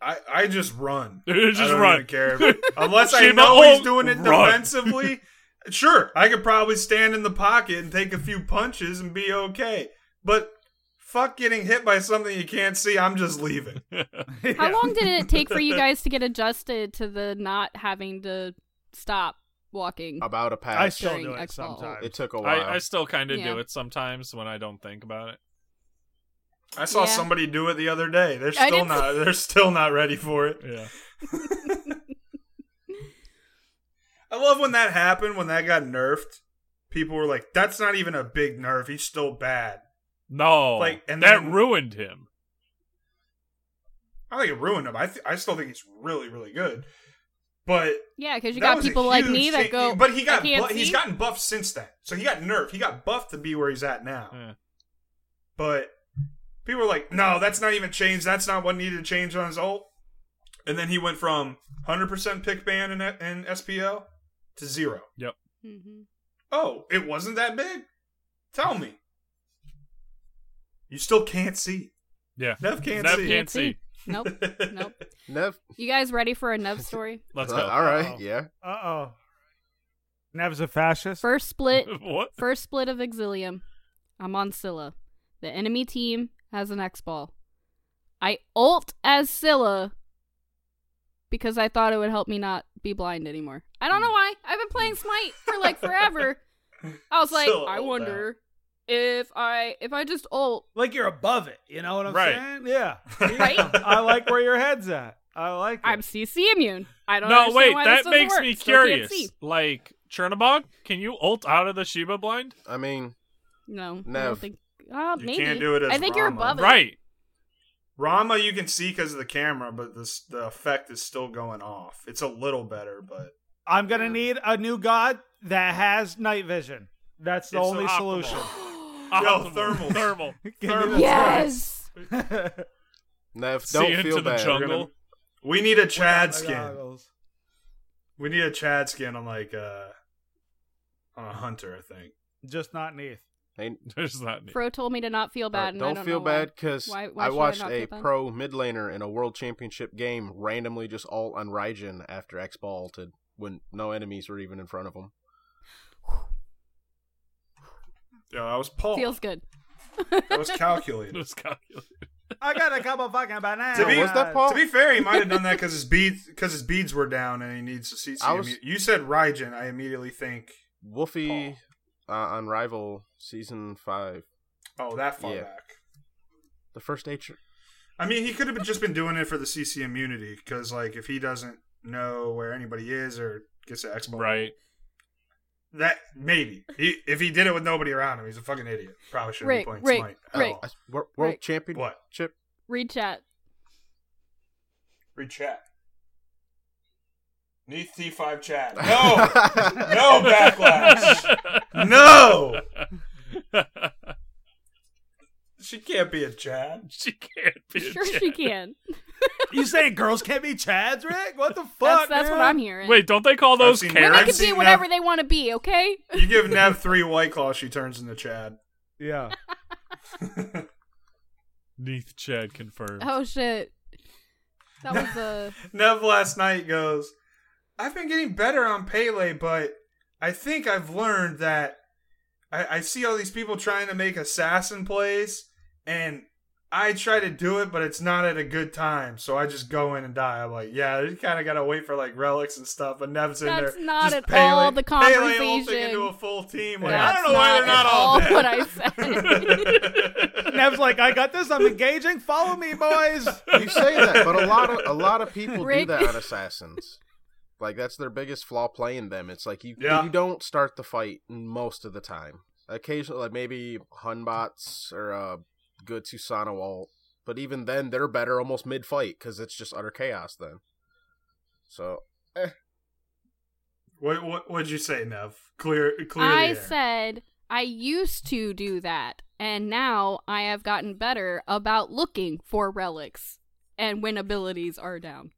S5: I, I
S2: <laughs>
S5: just run.
S2: Just
S5: I don't
S2: run.
S5: even care. If-
S2: <laughs>
S5: Unless I
S2: Shiba
S5: know he's
S2: Hulk,
S5: doing it
S2: run.
S5: defensively. Sure, I could probably stand in the pocket and take a few punches and be okay. But fuck getting hit by something you can't see, I'm just leaving.
S4: How long did it take
S5: <laughs>
S4: for you guys to get adjusted to the not having to stop walking?
S3: About a
S6: I
S3: patch,
S6: still
S4: During
S6: do it
S4: X Ball.
S6: sometimes.
S3: it took a while.
S2: I, I still kind of
S4: Yeah.
S2: do it sometimes when I don't think about it.
S5: I saw
S4: Yeah.
S5: somebody do it the other day. They're
S4: I
S5: still
S4: didn't-
S5: not they're still not ready for it.
S2: Yeah,
S5: I love when that happened, when that got nerfed. People were like, That's not even a big nerf, he's still bad.
S2: no,
S5: Like, and
S2: that
S5: then-
S2: ruined him.
S5: I think it ruined him. I th- I still think he's really, really good. But
S4: Yeah, because you
S5: That
S4: got
S5: was a
S4: people like
S5: huge
S4: me that
S5: change.
S4: go.
S5: But he
S4: I
S5: got
S4: can't
S5: bu- he's
S4: see.
S5: gotten buffed since then. So he got nerfed. He got buffed to be where he's at now.
S2: Yeah.
S5: But people were like, "No, that's not even changed. That's not what needed to change on his ult." And then he went from 100% pick ban in, in SPL to zero.
S4: Mhm.
S5: Oh, it wasn't that big. Tell me. You still can't see.
S2: Yeah,
S5: Nev can't
S2: Nev
S5: see.
S2: can't see.
S5: <laughs>
S4: Nope. Nope.
S3: Nev,
S4: You guys ready for a Nev story?
S2: Let's
S3: uh,
S2: go.
S4: <laughs>
S3: all right,
S6: Oh.
S3: yeah.
S6: Uh oh. Nev's a fascist.
S4: First
S5: <laughs>
S4: split
S2: <laughs> what?
S4: First split of Exilium. I'm on Scylla. The enemy team has an X ball. I ult as Scylla because I thought it would help me not be blind anymore. I don't
S5: Hmm.
S4: know why. I've been playing Smite for like forever.
S5: <laughs>
S4: I was like,
S5: Scylla
S4: I
S5: ult
S4: wonder if I if I just ult.
S6: Like you're above it. You know what I'm
S2: Right.
S6: saying? <laughs> Yeah.
S4: Right?
S6: I like where your head's at. I like it.
S4: I'm CC immune. I don't.
S2: No,
S4: understand
S2: wait,
S4: why this
S2: that
S4: doesn't
S2: makes
S4: work.
S2: me
S4: Still can't
S2: curious.
S4: see.
S2: Like Chernabog, can you ult out of the Shiba blind?
S3: I mean,
S4: No, I
S3: Nev.
S4: don't think. Uh,
S5: You
S4: maybe.
S5: can't do it as
S4: I think you're
S5: Rama.
S4: above it.
S2: Right.
S5: Rama, you can see because of the camera, but this, the effect is still going off. It's a little better, but
S6: I'm gonna need a new god that has night vision. That's the
S5: It's
S6: only
S5: optimal.
S6: solution.
S5: Yo,
S2: <laughs> Optimal.
S6: <laughs>
S5: thermal. <laughs>
S2: thermal.
S6: Give
S4: <gasps>
S6: me
S4: Yes.
S6: the-
S3: Nev,
S2: See
S3: don't
S2: into
S3: feel
S2: the
S3: bad.
S2: jungle.
S5: we need a Chad
S6: My
S5: skin.
S6: goggles.
S5: We need a Chad skin on like uh on a hunter, I think.
S6: Just not Neath.
S3: Hey,
S2: There's not.
S4: Fro told me to not feel bad.
S3: Alright,
S4: and I
S3: don't,
S4: don't
S3: feel
S4: know why.
S3: bad because
S4: Why- why
S3: I
S4: should I
S3: watched
S4: not
S3: a
S4: feel bad?
S3: pro mid laner in a world championship game randomly just all on Raijin after X ball ulted when no enemies were even in front of him.
S5: Yeah, that was Paul.
S4: Feels good.
S5: that
S2: <laughs>
S5: was calculated.
S2: Just calculate.
S6: I got a couple fucking bananas.
S5: To be-
S3: was that Paul?
S5: to be fair, he might have done that because his beads because his beads were down and he needs to see.
S3: I was-
S5: you said Raijin, I immediately think
S3: Wolfie uh, on Rival season five,
S5: oh that far
S3: Yeah.
S5: back.
S3: the first H.
S5: I mean, he could have just been doing it for the CC immunity because like if he doesn't know where anybody is or gets an Xbox,
S2: Right.
S5: That maybe he if he did it with nobody around him, he's a fucking idiot. Probably shouldn't
S4: Rick,
S5: be playing
S4: Rick,
S5: Smite. at
S4: Rick.
S5: all.
S3: I- wor- world
S4: Right.
S3: championship.
S5: What?
S4: Read chat.
S5: Read chat. Need T5 chat. No! no backlash! No! She can't be a Chad.
S2: she can't be. a
S4: Sure,
S2: Chad.
S4: she can.
S6: you saying girls can't be Chads, Rick? What the
S4: That's,
S6: fuck?
S4: that's what
S6: man?
S4: I'm hearing.
S2: Wait, don't they call those
S5: seen
S4: Women
S5: I've
S4: can
S2: Karens?
S5: seen
S4: be
S5: that.
S4: whatever they want to be, okay?
S5: You give Nev three White Claw, she turns into Chad.
S6: Yeah.
S2: Neath Chad confirmed.
S4: Oh, shit. That was a.
S5: Nev last night goes, I've been getting better on Pele, but I think I've learned that I, I see all these people trying to make assassin plays, and I try to do it, but it's not at a good time. So I just go in and die. I'm like, yeah, you kind of got to wait for like relics and stuff. But Nev's in
S4: That's
S5: there.
S4: not
S5: just
S4: at all
S5: paling-
S4: the
S5: paling the whole thing
S4: conversation.
S5: into a full team. Like, I
S4: That's
S5: don't know why they're
S4: at
S5: not all, dead. <laughs>
S4: what I said.
S6: <laughs> Nev's like, I got this. I'm engaging. Follow me, boys.
S3: <laughs> You say that, but a lot of a lot of people do
S4: Rick.
S3: that on assassins. Like that's their biggest flaw playing them. It's like you
S5: Yeah.
S3: you don't start the fight most of the time. Occasionally, like maybe Hunbots or uh, good Susana Walt, but even then they're better almost mid fight because it's just utter chaos then. So
S5: What what would you say, Nev? Clear clear. the
S4: I
S5: air.
S4: said I used to do that, and now I have gotten better about looking for relics and when abilities are down,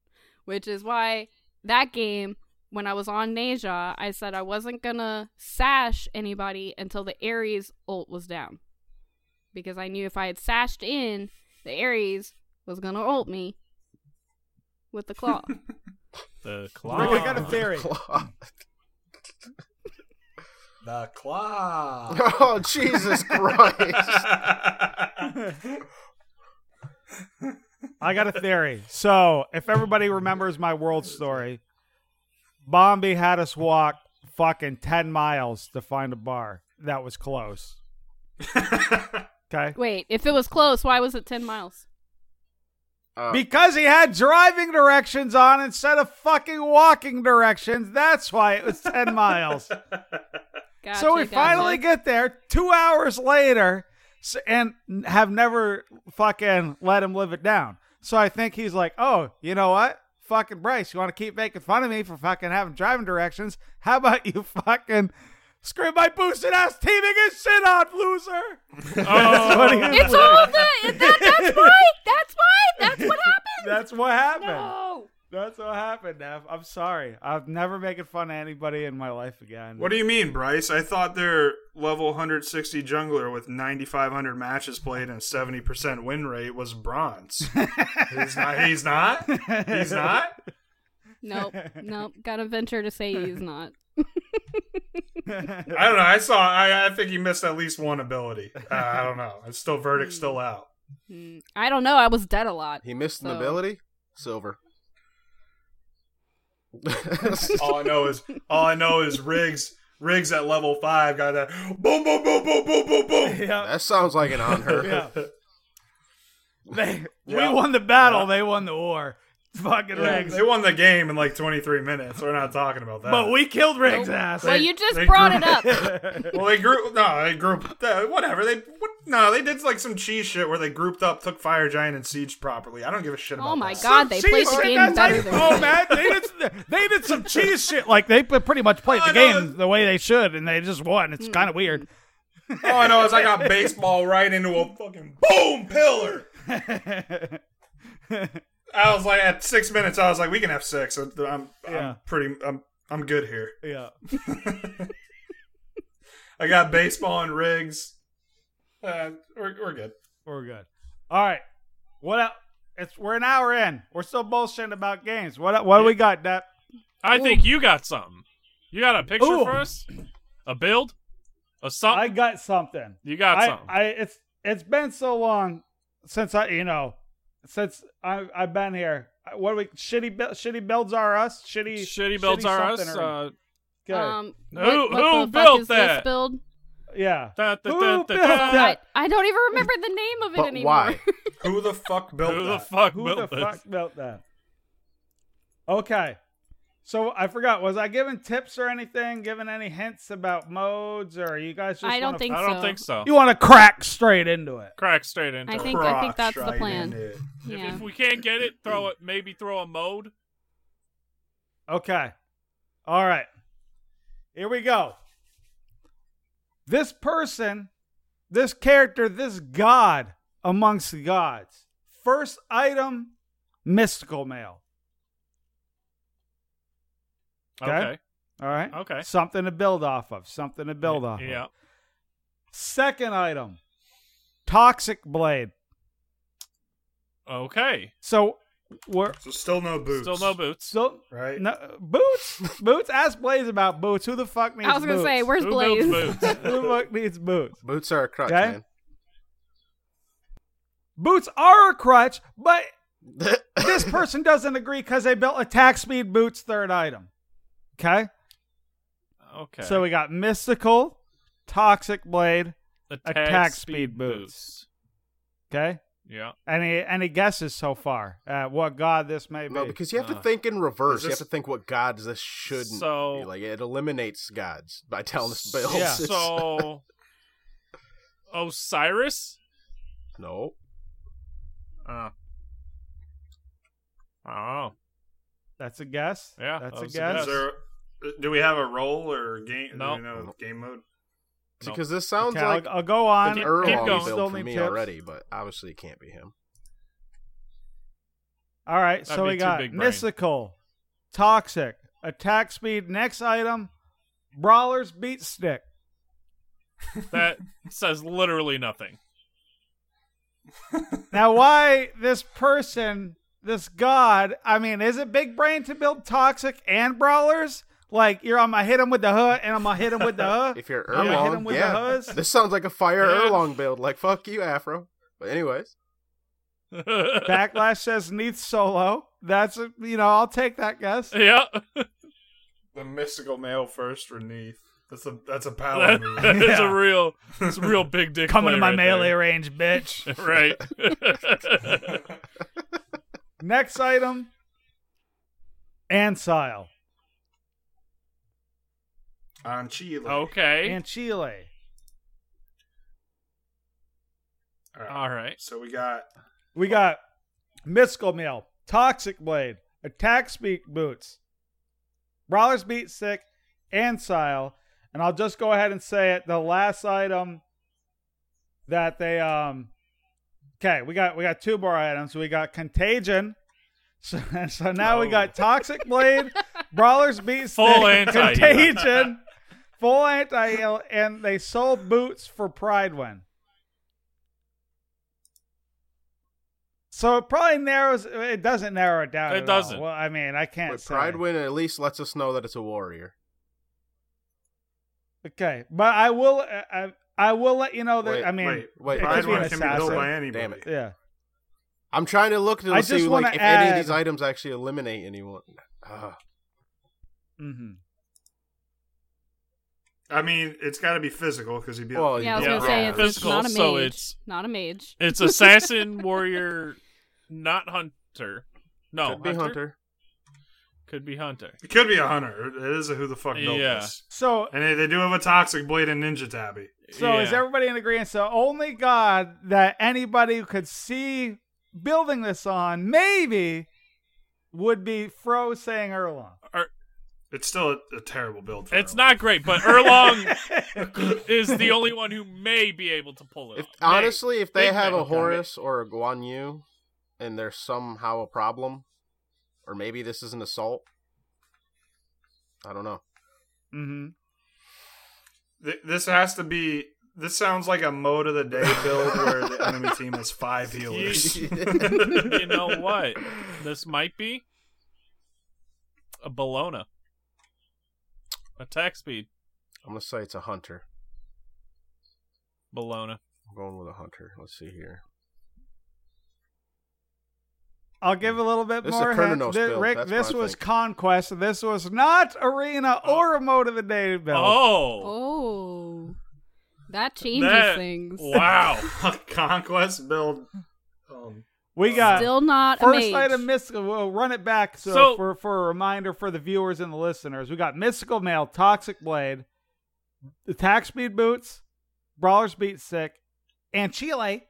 S4: which is why that game. When I was on Naja, I said I wasn't gonna sash anybody until the Ares ult was down. Because I knew if I had sashed in, the Ares was gonna ult me with the
S6: <laughs>
S4: claw.
S2: The
S6: Rick,
S2: claw.
S6: I got
S3: <laughs>
S6: a theory.
S3: oh,
S5: the claw.
S3: oh Jesus
S5: <laughs>
S3: Christ!
S6: I got a theory. So, if everybody remembers my world story, Bombi had us walk fucking 10 miles to find a bar that was close. Okay.
S4: Wait, if it was close, why was it 10 miles?
S3: Uh,
S6: Because he had driving directions on instead of fucking walking directions. That's why it was 10 miles.
S4: Gotcha,
S6: so we
S4: gotcha.
S6: finally get there two hours later s- and have never fucking let him live it down. So I think he's like, oh, you know what? Fucking Bryce, you want to keep making fun of me for fucking having driving directions? How about you <laughs> fucking screw my boosted ass teaming his shit on, loser?
S2: Oh,
S6: <laughs> What do you-
S4: It's all the. That,
S2: <laughs>
S4: that's why. That's why. That's what happened.
S6: That's what happened.
S4: No.
S6: That's what happened, Nev. I'm sorry. I'm never making fun of anybody in my life again.
S5: what do you mean, Bryce? I thought their level 160 jungler with 9,500 matches played and a 70% win rate was bronze. he's not. He's not. He's not.
S2: <laughs>
S4: Nope. Nope. Gotta venture to say he's not.
S5: I don't know. I saw. I, I think he missed at least one ability. Uh, I don't know. It's still verdict. Still out.
S4: Hmm. I don't know. I was dead a lot.
S3: he missed an
S4: So-
S3: ability.
S4: <laughs>
S3: Silver. <laughs>
S5: All I know is all I know is Riggs. Riggs at level five got that boom, boom, boom, boom, boom, boom, boom.
S6: <laughs> yeah.
S5: <laughs>
S3: that sounds like an honor.
S6: <laughs> Yeah.
S5: <laughs>
S6: They,
S5: Yeah.
S6: We won the battle. They won the war. Fucking Riggs.
S5: They won the game in like 23 minutes. We're not talking about that.
S6: But we killed Riggs' ass.
S4: Well, you just
S5: they
S4: brought
S5: grew-
S2: <laughs>
S4: it up.
S5: well, they grouped. No, they grouped. Uh, whatever. They what, no, they did like some cheese shit where they grouped up, took Fire Giant and Siege properly. I don't give a shit about.
S4: Oh my
S5: that.
S4: god, they played the
S6: shit,
S4: game
S6: that's
S4: better
S6: like-
S4: than
S6: oh
S2: <laughs>
S4: we did.
S6: man, they did, s- they did some cheese shit. Like they p- pretty much played
S5: Oh,
S6: the
S5: I know.
S6: game the way they should, and they just won.
S4: Hmm.
S6: It's kind of weird.
S5: All I know is I got baseball right into a fucking boom
S4: <laughs>
S5: pillar. I was like, at six minutes, I was like, we can have six. I'm, I'm,
S6: Yeah.
S5: I'm pretty, I'm, I'm good here.
S6: Yeah.
S5: I got baseball and rigs. Uh, we're, we're good.
S6: We're good. All right. What else? It's we're an hour in. We're still bullshitting about games. What what do we got, Depp?
S2: I think you got something. You got a picture
S6: Ooh.
S2: for us? A build? A
S6: I
S2: something?
S6: got something.
S2: Oh. you got
S6: I,
S2: something.
S6: I it's it's been so long since I you know since I I've been here. What do we shitty bu- shitty builds are us shitty
S2: Shitty builds are us.
S6: something or-
S2: Uh,
S6: Okay.
S4: Um,
S2: Who-
S4: what, what
S2: who
S4: the fuck
S2: built
S4: is
S2: that?
S4: This build?
S6: yeah.
S2: da, da, da,
S6: Who
S2: da,
S6: built
S2: da.
S4: I,
S6: that?
S4: I don't even remember the name of it
S3: But
S4: anymore. <laughs>
S3: why?
S5: Who the fuck built
S2: Who the <laughs>
S5: that?
S2: fuck
S6: Who
S2: built
S6: the
S2: this?
S6: fuck built that? Okay. So I forgot. Was I giving tips or anything? Giving any hints about modes, or you guys just
S4: I don't
S6: wanna-
S4: think
S2: I
S4: so.
S2: don't think so.
S6: you want to crack straight into it?
S2: Crack straight into
S4: Oh. I
S2: it.
S4: think I think
S5: Crocs
S4: that's the
S5: right in
S4: plan.
S5: it.
S2: If-
S4: Yeah.
S2: If we can't get it, throw it. Maybe throw a mode.
S6: Okay. All right. Here we go. This person, this character, this god amongst the gods. First item, mystical mail. Okay.
S2: Okay.
S6: All right.
S2: Okay.
S6: Something to build off of. Something to build off. of.
S2: Yeah.
S6: Second item, toxic blade.
S2: Okay.
S6: So we're
S5: So still no boots.
S2: Still no boots.
S6: so
S5: Right?
S6: no,
S2: <laughs>
S6: boots. boots. Ask Blaze about boots. Who the fuck needs?
S4: I was gonna
S6: boots? <laughs>
S4: say, where's
S2: Who
S4: Blaze?
S2: builds boots?
S6: Who the fuck needs boots?
S3: Boots are a crutch,
S6: Okay.
S3: man.
S6: Boots are a crutch, but
S3: <laughs>
S2: <laughs>
S6: this person doesn't agree because they built attack speed boots third item. Okay?
S2: Okay.
S6: So we got mystical, toxic blade.
S2: attack,
S6: attack speed boots. Okay.
S2: Yeah.
S6: Any any guesses so far at what god this may be?
S3: No, because you have to
S2: Uh,
S3: think in reverse.
S5: is
S3: You have
S5: this-
S3: to think what gods this shouldn't
S2: So-
S3: be. Like it eliminates gods by telling us builds.
S6: Yeah.
S2: <laughs>
S3: It's-
S2: So Oh, Osiris?
S3: <laughs> no.
S2: Uh, oh.
S6: That's a guess.
S2: Yeah,
S6: that's
S2: that
S6: a
S2: was a
S6: guess.
S5: Is there, uh, do we have a role or game?
S2: No.
S5: No. You know, game mode.
S2: No.
S3: Because this sounds
S6: Okay, I'll-
S3: like
S6: I'll, go on.
S3: an
S2: keep-
S3: Earl
S2: keep
S3: on
S2: going.
S3: the
S6: Still
S3: build for
S6: need
S3: me
S6: tips.
S3: already, but obviously it can't be him.
S6: All right,
S2: That'd be
S6: so we
S2: too
S6: got
S2: big brain.
S6: mystical, toxic, attack speed. Next item, brawlers beat stick. <laughs>
S2: That says literally nothing.
S6: Now, why this person, this god? I mean, is it big brain to build toxic and brawlers? Like you're, I'm gonna hit him with the hood, and I'm gonna hit him
S3: <laughs>
S6: with the hood.
S3: If you're
S6: I'm gonna hit him
S3: Erlong,
S6: with the
S3: yeah. <laughs>
S6: hoods.
S3: This sounds like a fire
S2: Yeah.
S3: Erlong build. Like fuck you, Afro. But anyways,
S6: Backlash says Neath solo. That's a, you know I'll take that
S2: <laughs>
S6: guess.
S2: yeah.
S6: Oh,
S5: The mystical male first or Neath. That's a that's
S2: <laughs>
S5: a power move.
S2: it's
S6: Yeah.
S2: a real it's a
S6: <laughs>
S2: real big dick.
S6: Coming to my
S2: play right
S6: melee range, bitch.
S2: there. <laughs>
S6: <laughs>
S2: Right.
S6: Next item, Ansile
S5: On Chile.
S2: Oh. okay.
S6: and Chile.
S5: All right.
S2: All right.
S5: So we got
S6: We got mystical mail, toxic blade, attack speed boots, brawler's beat stick, and sile. And I'll just go ahead and say it. The last item that they um okay, we got we got two more items. We got contagion. <laughs> So, so now we
S5: Oh.
S6: got toxic blade, brawler's beat stick,
S2: Full anti-heal.
S6: contagion, full anti heal, and they sold boots for Pride Win. So it probably narrows. It doesn't narrow it down.
S2: It
S6: at all.
S2: doesn't.
S6: Well, I mean, I can't.
S3: but
S6: say.
S3: Pride Win at least lets us know that it's a warrior.
S6: Okay, but I will. I I- I will let you know that.
S3: Wait,
S6: I mean,
S5: wait.
S3: Wait,
S6: It
S5: Pride
S6: could be an
S5: One can be built
S6: assassin.
S5: by anybody.
S3: Damn it.
S6: yeah.
S3: I'm trying to look to
S6: I
S3: see
S6: just wanna
S3: like if any
S6: add-
S3: of these items actually eliminate anyone. Ugh.
S2: Mm-hmm.
S6: hmm
S5: I mean, it's got to be physical because he'd be.
S3: Well,
S4: <laughs> yeah, I was
S2: yeah.
S4: gonna say it's, it's
S2: Physical,
S4: not a mage.
S2: so it's-
S4: not a mage. <laughs>
S2: It's assassin warrior, not Oh, hunter. No,
S3: Could be Hunter.
S2: Could be hunter.
S5: it could be a hunter. It is a who the fuck knows.
S2: Yeah.
S6: So,
S5: And they, they do have a toxic blade and ninja tabby.
S6: so is
S2: Yeah.
S6: everybody in agreement? So only God that anybody who could see building this on maybe would be Fro saying Erlon.
S5: It's still a, a terrible build. For
S2: It's
S5: him.
S2: not great, but
S6: <laughs>
S2: Erlong is the only one who may be able to pull it.
S3: If,
S2: off. May.
S3: honestly, if they
S2: Big
S3: have
S2: man.
S3: a Horus or a Guan Yu, and there's somehow a problem, or maybe this is an assault. I don't know.
S2: Mm-hmm.
S6: hmm
S5: Th- this has to be. This sounds like a mode of the day build where the enemy team has five healers.
S2: you know what? This might be a Bologna. Attack speed,
S3: I'm gonna say it's a hunter.
S2: Bologna.
S3: I'm going with a hunter. Let's see here.
S6: I'll give a little bit
S3: This is a
S6: more. hint.
S3: Kronos
S6: Thi-
S3: build.
S6: Rick,
S3: That's what
S6: this
S3: I
S6: was
S3: think. Oh.
S6: conquest. This was not arena or a mode of the day build.
S2: Oh,
S4: Oh, that changes
S2: That-
S4: things.
S2: wow!
S5: <laughs>
S2: <laughs>
S5: Conquest build. Um,
S6: we got
S4: Still not a
S6: First
S4: mage.
S6: item, mystical. We'll run it back. So,
S2: So-
S6: for for a reminder for the viewers and the listeners, we got mystical mail, toxic blade, attack speed boots, brawler's beat sick, and Chile,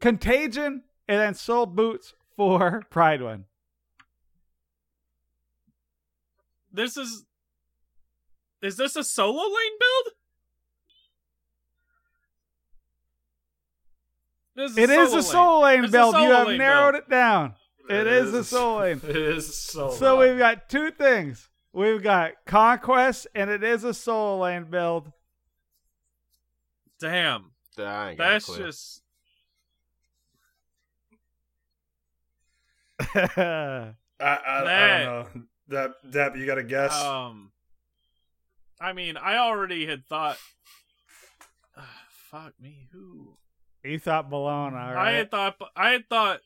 S6: contagion, and then soul boots for <laughs> Pride One.
S2: This is. Is this a solo lane build? This
S6: It is a soul lane
S2: It's a
S6: build. you
S2: solo
S6: have
S2: lane
S6: narrowed
S2: build.
S6: it down. it is a
S2: <laughs>
S6: soul lane.
S5: It is a soul.
S6: So
S5: lane.
S6: we've got two things. We've got conquest, and it is a soul lane build. <laughs>
S2: Damn,
S3: I ain't got a
S2: that's
S3: clue.
S2: just.
S5: I, I, I don't know. That that you got to guess.
S2: Um, <sighs> I mean, I already had thought. Ah, fuck me, who?
S6: You thought Bologna. all
S2: I
S6: right.
S2: had thought I had thought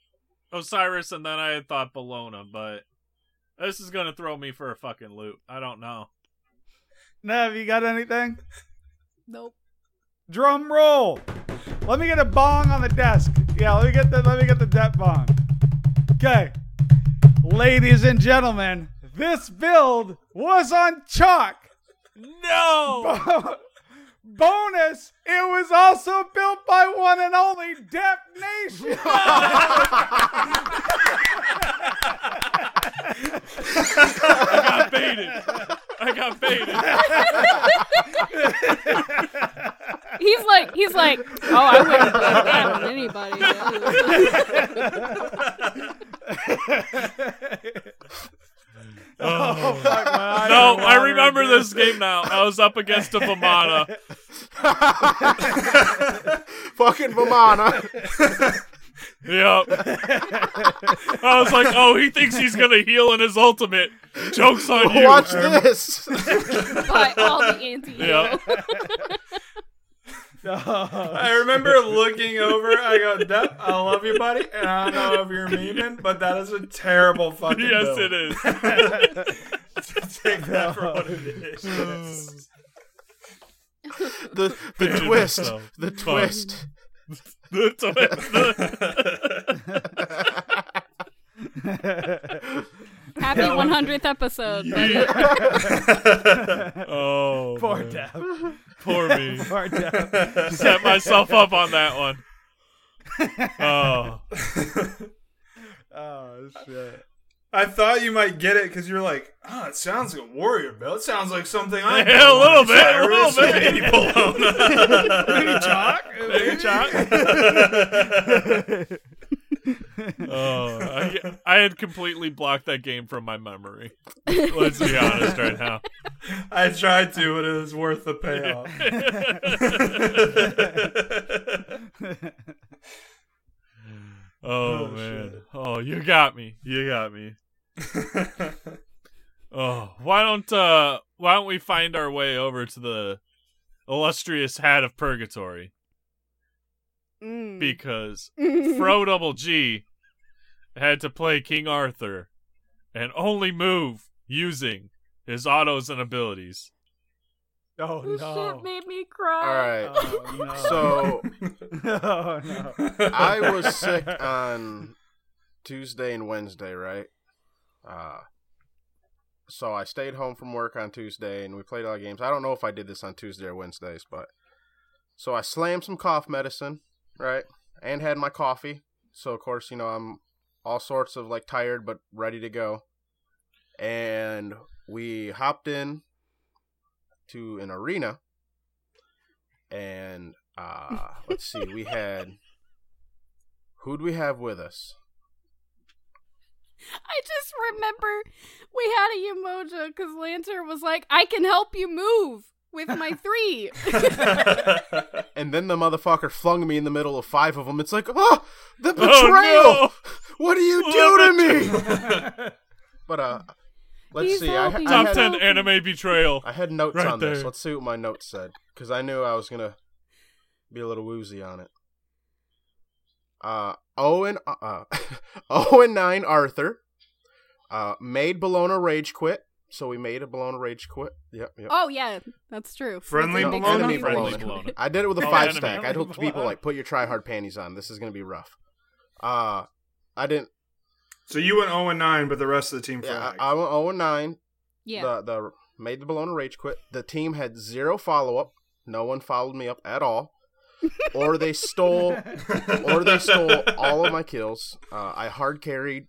S2: Osiris, and then I had thought Bologna, but this is gonna throw me for a fucking loop. I don't know.
S6: Nev, you got anything?
S4: Nope.
S6: Drum roll. Let me get a bong on the desk. Yeah, let me get the let me get the debt bong. Okay. Ladies and gentlemen, this build was on chalk.
S2: No.
S6: <laughs> Bonus, it was also built by one and only Dep <laughs> Nation.
S2: I got baited. I got baited.
S4: He's like, he's like, oh, I wouldn't have that on anybody.
S6: oh, fuck, man, I
S2: No,
S6: am
S2: I
S6: honored,
S2: remember
S6: dude.
S2: this game now. I was up against a Vamana. <laughs>
S3: Fucking Vamana.
S2: Yep. I was like, oh, he thinks he's gonna heal in his ultimate. Jokes on you.
S3: Watch this. <laughs>
S4: But all the anti
S2: Yeah.
S6: No.
S5: I
S2: <laughs>
S5: remember looking over. I go, "Dep, I love you, buddy," and I don't know if you're memeing, but that is a terrible fucking.
S2: Yes, it
S5: build.
S2: is.
S5: Take that for what it
S6: Oh.
S5: is.
S3: The the
S2: Hated
S3: twist.
S2: myself.
S3: The
S2: Fuck.
S3: twist.
S2: The twist. <laughs>
S4: Happy 100th episode. buddy.
S2: oh,
S6: <laughs> Poor
S2: man.
S6: Dep.
S2: Poor me.
S6: <laughs> Poor Dep.
S2: Set myself up on that one. Oh,
S6: Oh shit.
S5: <laughs> I thought you might get it because you're like, "Oh, it sounds like a warrior build. It sounds like something I."
S2: Yeah, <laughs> a little bit, a little bit. <laughs>
S6: Maybe <laughs> chalk?
S2: Baby Chuck. Oh, I, I had completely blocked that game from my memory. Let's be honest right now.
S5: <laughs> I tried to, but it was worth the payoff.
S2: <laughs> Oh,
S5: Oh,
S2: man.
S5: shit.
S2: Oh, you got me. You got
S5: <laughs>
S2: me. Oh, why don't uh why don't we find our way over to the illustrious hat of purgatory
S4: Mm.
S2: because
S4: Mm.
S2: Fro Double G had to play King Arthur and only move using his autos and abilities.
S6: Oh
S4: This
S6: no.
S4: shit made me cry.
S3: All right.
S6: Oh
S2: Uh,
S6: no.
S3: So
S6: <laughs> oh, no.
S3: I was sick on Tuesday and Wednesday, right? Uh so I stayed home from work on Tuesday and we played all the games. I don't know if I did this on Tuesday or Wednesdays, but so I slammed some cough medicine, right? And had my coffee. So of course, you know, I'm all sorts of like tired but ready to go. And we hopped in to an arena and uh let's see, we had Who'd we have with us?
S4: I just remember we had a Umoja because Lancer was like, I can help you move with my
S3: <laughs>
S4: three.
S3: And then the motherfucker flung me in the middle of five of them. It's like, oh, the betrayal!
S2: Oh,
S3: What do you
S2: Oh,
S3: do to me? <laughs> but uh, let's
S4: He's
S3: see. I,
S4: helping.
S2: no.
S3: I
S2: Top
S3: had,
S2: 10 anime betrayal.
S3: I had notes
S2: Right
S3: on this.
S2: there.
S3: Let's see what my notes said because I knew I was gonna be a little woozy on it. Uh, Owen, uh, <laughs> Owen nine Arthur, uh, made Bologna rage quit. So we made a Bologna rage quit. Yep, yep.
S4: oh, yeah, that's true.
S5: Friendly
S4: That's a big
S5: Bologna?
S4: enemy
S3: Friendly
S4: Bologna.
S2: Bologna.
S3: I did it with a
S2: Oh,
S3: five
S2: anime.
S3: stack. I told people like, put your try hard panties on. This is gonna be rough. Uh I didn't.
S5: so you went 0 and 9, but the rest of the team
S3: Yeah,
S5: flagged.
S3: I, I went zero and nine.
S4: Yeah.
S3: The the made the Bologna rage quit. The team had zero follow up. No one followed me up at all, or they stole, or they stole all of my kills. Uh, I hard carried,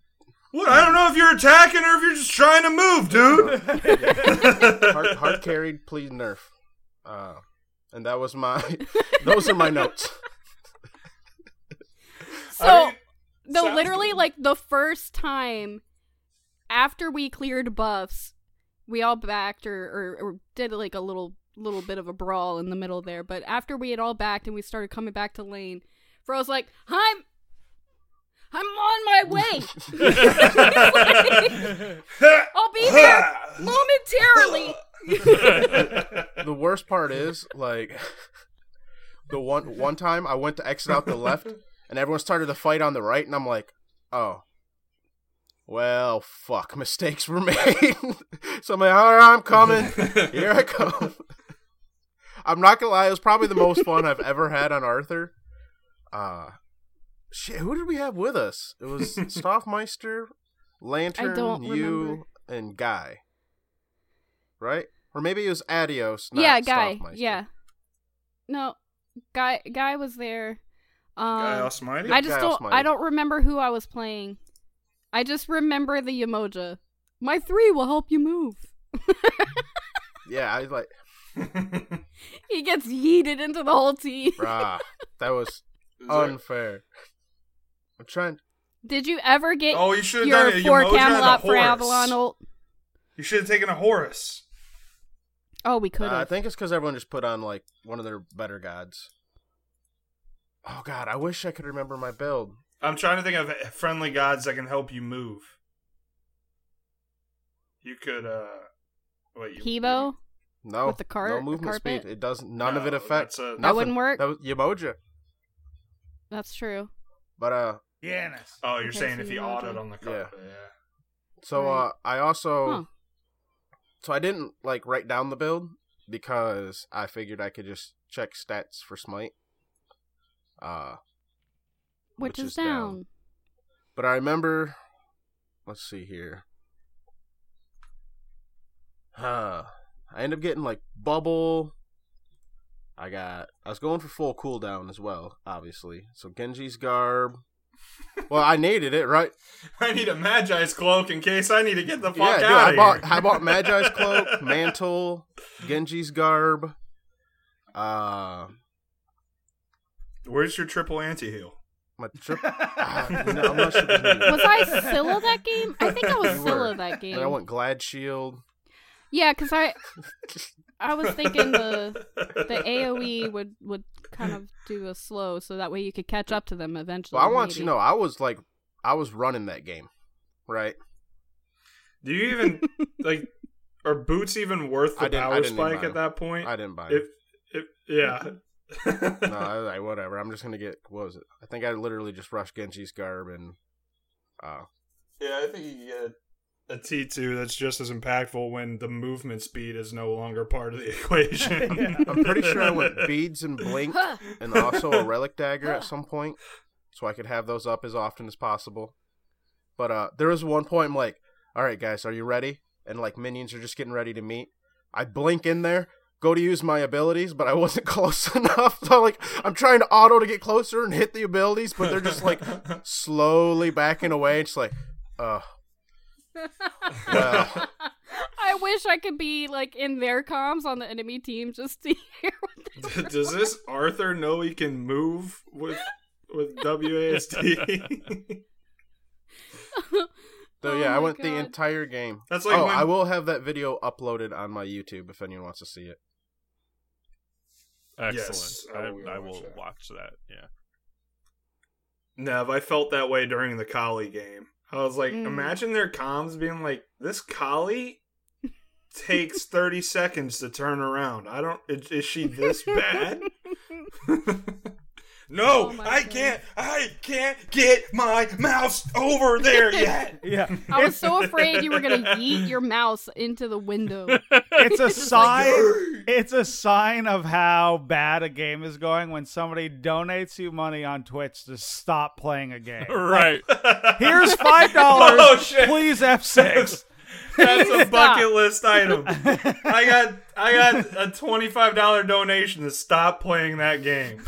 S5: what? I don't know if you're attacking or if you're just trying to move,
S4: <laughs>
S5: dude.
S3: hard, hard carried. Please nerf. Uh, and that was my. <laughs> Those are my notes.
S4: So, the
S5: sounds
S4: literally,
S5: good.
S4: like, the first time after we cleared buffs, we all backed or, or, or did, like, a little little bit of a brawl in the middle there. But after we had all backed and we started coming back to lane, Fro's like, I'm. I'm on
S5: <laughs>
S4: my way. I'll be
S5: <laughs>
S4: there momentarily.
S3: the worst part is like <laughs> the one one time I went to exit out the left, and everyone started to fight on the right, and I'm like, oh, well, fuck, <laughs> mistakes were made. so I'm like, all right, I'm coming. Here I come. <laughs> I'm not gonna lie, it was probably the most fun I've ever had on Arthur. Uh shit, who did we have with us? It
S4: <laughs>
S3: was Stoffmeister, Lantern,
S4: don't
S3: you,
S4: remember.
S3: and Guy. Right? Or maybe it was Adios. Not
S4: yeah, guy.
S3: Stoffmeister.
S4: Yeah. No, guy. Guy was there. Um,
S5: Guy Almighty.
S4: I just
S3: Guy
S4: don't.
S3: Almighty.
S4: I don't remember who I was playing. I just remember the emoji. My three will help you move. <laughs>
S3: Yeah, I was like,
S4: He gets yeeted into the whole team.
S3: rah, that was unfair. I'm trying.
S4: Did you ever get
S5: oh, you should
S4: your
S5: have done it.
S4: four
S5: Umoja and a
S4: Camelot for
S5: horse.
S4: Avalon? Old.
S5: You should have taken a Horus.
S4: Oh, we could
S3: Uh, I
S4: have.
S3: think it's because everyone just put on like one of their better gods. Oh god, I wish I could remember my build.
S5: I'm trying to think of friendly gods that can help you move. You could, uh, wait, you,
S4: Hebo.
S3: No,
S4: With the cart-
S3: no
S4: the
S3: movement
S4: carpet?
S3: speed. It does none of it
S5: No,
S3: affects.
S5: that's a- That
S3: nothing.
S4: wouldn't work?
S3: That was Yamoja.
S4: That's true.
S3: But uh,
S6: Yanis.
S5: Oh, you're
S4: Okay,
S5: saying
S4: so
S5: if
S4: you
S5: he
S4: know
S5: autoed
S4: Jay.
S5: on the carpet, yeah. <laughs>
S3: so
S4: Right.
S3: uh, I also
S4: Huh.
S3: so I didn't like write down the build because I figured I could just check stats for Smite. Uh, Which
S4: Which, is,
S3: is
S4: down.
S3: down. but I remember. Let's see here. Huh. I end up getting like bubble. I got. I was going for full cooldown as well, obviously. So Genji's garb. well, I needed it, right?
S5: I need a Magi's cloak in case I need to get the
S3: yeah,
S5: <laughs> fuck
S3: dude,
S5: out
S3: I
S5: of
S3: bought
S5: here.
S3: I
S5: <laughs>
S3: bought Magi's cloak, mantle, Genji's garb. Uh,
S5: Where's your triple anti heal?
S3: my
S4: <laughs>
S3: trip. Ah, you know, I'm not sure. if it was
S4: Was I
S3: <laughs>
S4: Scylla that game? I think I was
S3: You were.
S4: Scylla that
S3: me.
S4: game.
S3: Then I went Glad Shield.
S4: Yeah, because I
S3: <laughs>
S4: I was thinking the the AOE would would kind of do a slow, so that way you could catch up to them eventually.
S3: Well, I want you to
S4: maybe.
S3: know, I was like, I was running that game, right?
S5: Do you
S3: <laughs>
S5: even like? Are boots even worth
S3: I
S5: the
S3: didn't- I
S5: power
S3: didn't even
S5: spike
S3: buy
S5: at that point?
S3: I didn't buy
S5: If,
S3: it.
S5: if, yeah.
S3: <laughs> no, I was like, whatever. I'm just gonna get. What was it? I think I literally just rushed Genji's garb and. Uh,
S5: Yeah, I think you get a T two that's just as impactful when the movement speed is no longer part of the
S3: <laughs>
S5: <laughs> equation.
S3: I'm pretty sure I
S5: <laughs>
S3: went beads and blink, and also a relic dagger at some point, so I could have those up as often as possible. But uh, there was one point I'm like, "All right, guys, are you ready?" And like minions are just getting ready to meet. I blink in there, go to use my abilities, but I wasn't <laughs> close enough. So like, I'm trying to auto to get closer and hit the abilities, but they're just
S5: <laughs>
S3: like slowly backing away. It's like, uh,
S4: <laughs> Oh
S3: well,
S4: I wish I could be like in their comms on the enemy team just to hear. <laughs> What they-
S5: <laughs> Does this Arthur know he can move with with
S3: <laughs>
S5: WASD?
S3: so
S4: Oh
S3: yeah, I
S4: my
S3: went the
S4: God.
S3: entire game.
S5: That's like
S3: oh,
S5: when-
S3: I will have that video uploaded on my YouTube if anyone wants to see it.
S2: Excellent.
S5: Yes, I
S2: I,
S5: will
S2: I
S5: watch
S2: will
S5: that.
S2: watch that. Yeah.
S5: Nev, I felt that way during the Kali game. I was like,
S4: Mm.
S5: imagine their comms being like, this Kali
S4: <laughs>
S5: takes 30 seconds to turn around. I don't, is, is
S4: <laughs>
S5: she this bad? no,
S4: Oh my
S5: I
S4: God.
S5: can't, I can't get my mouse over
S4: <laughs>
S5: there yet.
S6: <laughs> Yeah.
S4: I was so afraid you were gonna yeet your mouse into the window. <laughs>
S6: it's a sign. It's a sign of how bad a game is going when somebody donates you money on Twitch to stop playing a
S5: <laughs>
S6: game.
S2: Right.
S6: Here's five dollars.
S5: Oh, shit.
S6: Please F six.
S5: That's a
S4: Stop.
S5: bucket
S4: <laughs>
S5: list item. I got I got a twenty five dollar donation to stop playing that game.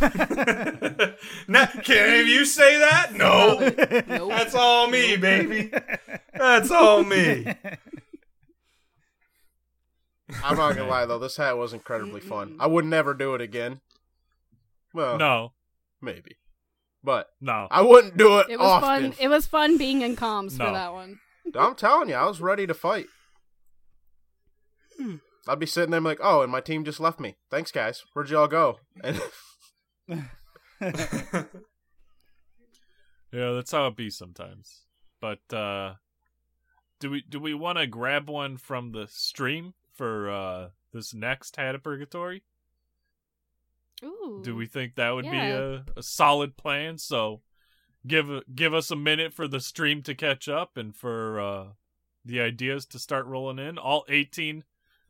S4: <laughs>
S5: <laughs> now, can any of you say that?
S4: <laughs>
S5: No,
S4: Nope.
S5: that's all me, baby. <laughs> That's all me.
S3: I'm not gonna lie though, this hat was incredibly
S4: Mm-hmm.
S3: fun. I would never do it again. Well,
S2: No.
S3: maybe, but
S2: No.
S3: I wouldn't do it,
S4: It was
S3: often.
S4: fun. It was fun being in comms
S2: No.
S4: for that one.
S3: I'm telling you, I was ready to fight.
S4: Hmm.
S3: I'd be sitting there I'm like, oh, and my team just left me. Thanks, guys. Where'd y'all go? And
S2: Yeah, that's how it be sometimes. But uh do we do we want to grab one from the stream for uh this next Hat of Purgatory?
S4: Ooh.
S2: Do we think that would
S4: Yeah.
S2: be a, a solid plan? So give uh, give us a minute for the stream to catch up and for uh, the ideas to start rolling in. All 18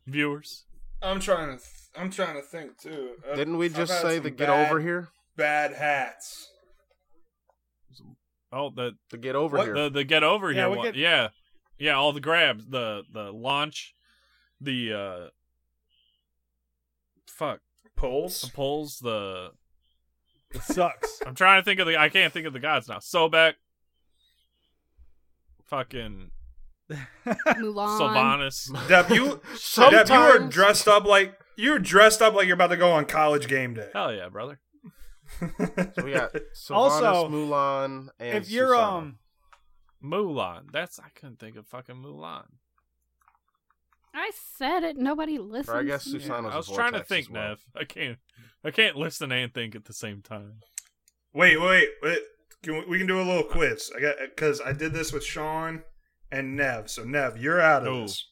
S2: viewers.
S5: <laughs> I'm trying to. Th- I'm trying to think too. Uh,
S3: Didn't we
S5: I've
S3: just
S5: had
S3: say
S5: some
S3: the get
S5: bad-
S3: over here?
S5: Bad hats.
S2: Oh, the
S3: The get over
S5: What
S3: here.
S2: the the get over
S6: Yeah,
S2: here
S6: we
S2: one.
S6: get-
S2: Yeah, yeah. All the grabs, the the launch, the uh, fuck the
S5: Poles.
S2: pulls. The
S6: It sucks.
S2: I'm trying to think of the. I can't think of the gods now. Sobek, fucking
S4: Mulan.
S2: Sylvanas.
S5: <laughs> Deb, you. Deb, you were
S3: <laughs> Sometimes-
S5: dressed up like you were dressed up like you're about to go on college game day.
S2: Hell yeah, brother.
S3: So we got Sylvanas,
S6: Also,
S3: Mulan, and
S6: if you're
S3: Susanna.
S6: um
S2: Mulan. That's I couldn't think of fucking Mulan.
S4: I said it. Nobody listens.
S3: Or I guess
S4: to me.
S3: Susanna's
S2: I
S3: a
S2: was trying to
S3: vortex as
S2: think,
S3: well.
S2: Nev. I can't. I can't listen and think at the same time.
S5: Wait, wait, wait. Can we, we can do a little quiz. I got because I did this with Sean and Nev. So Nev, you're out of
S2: Oh.
S5: this.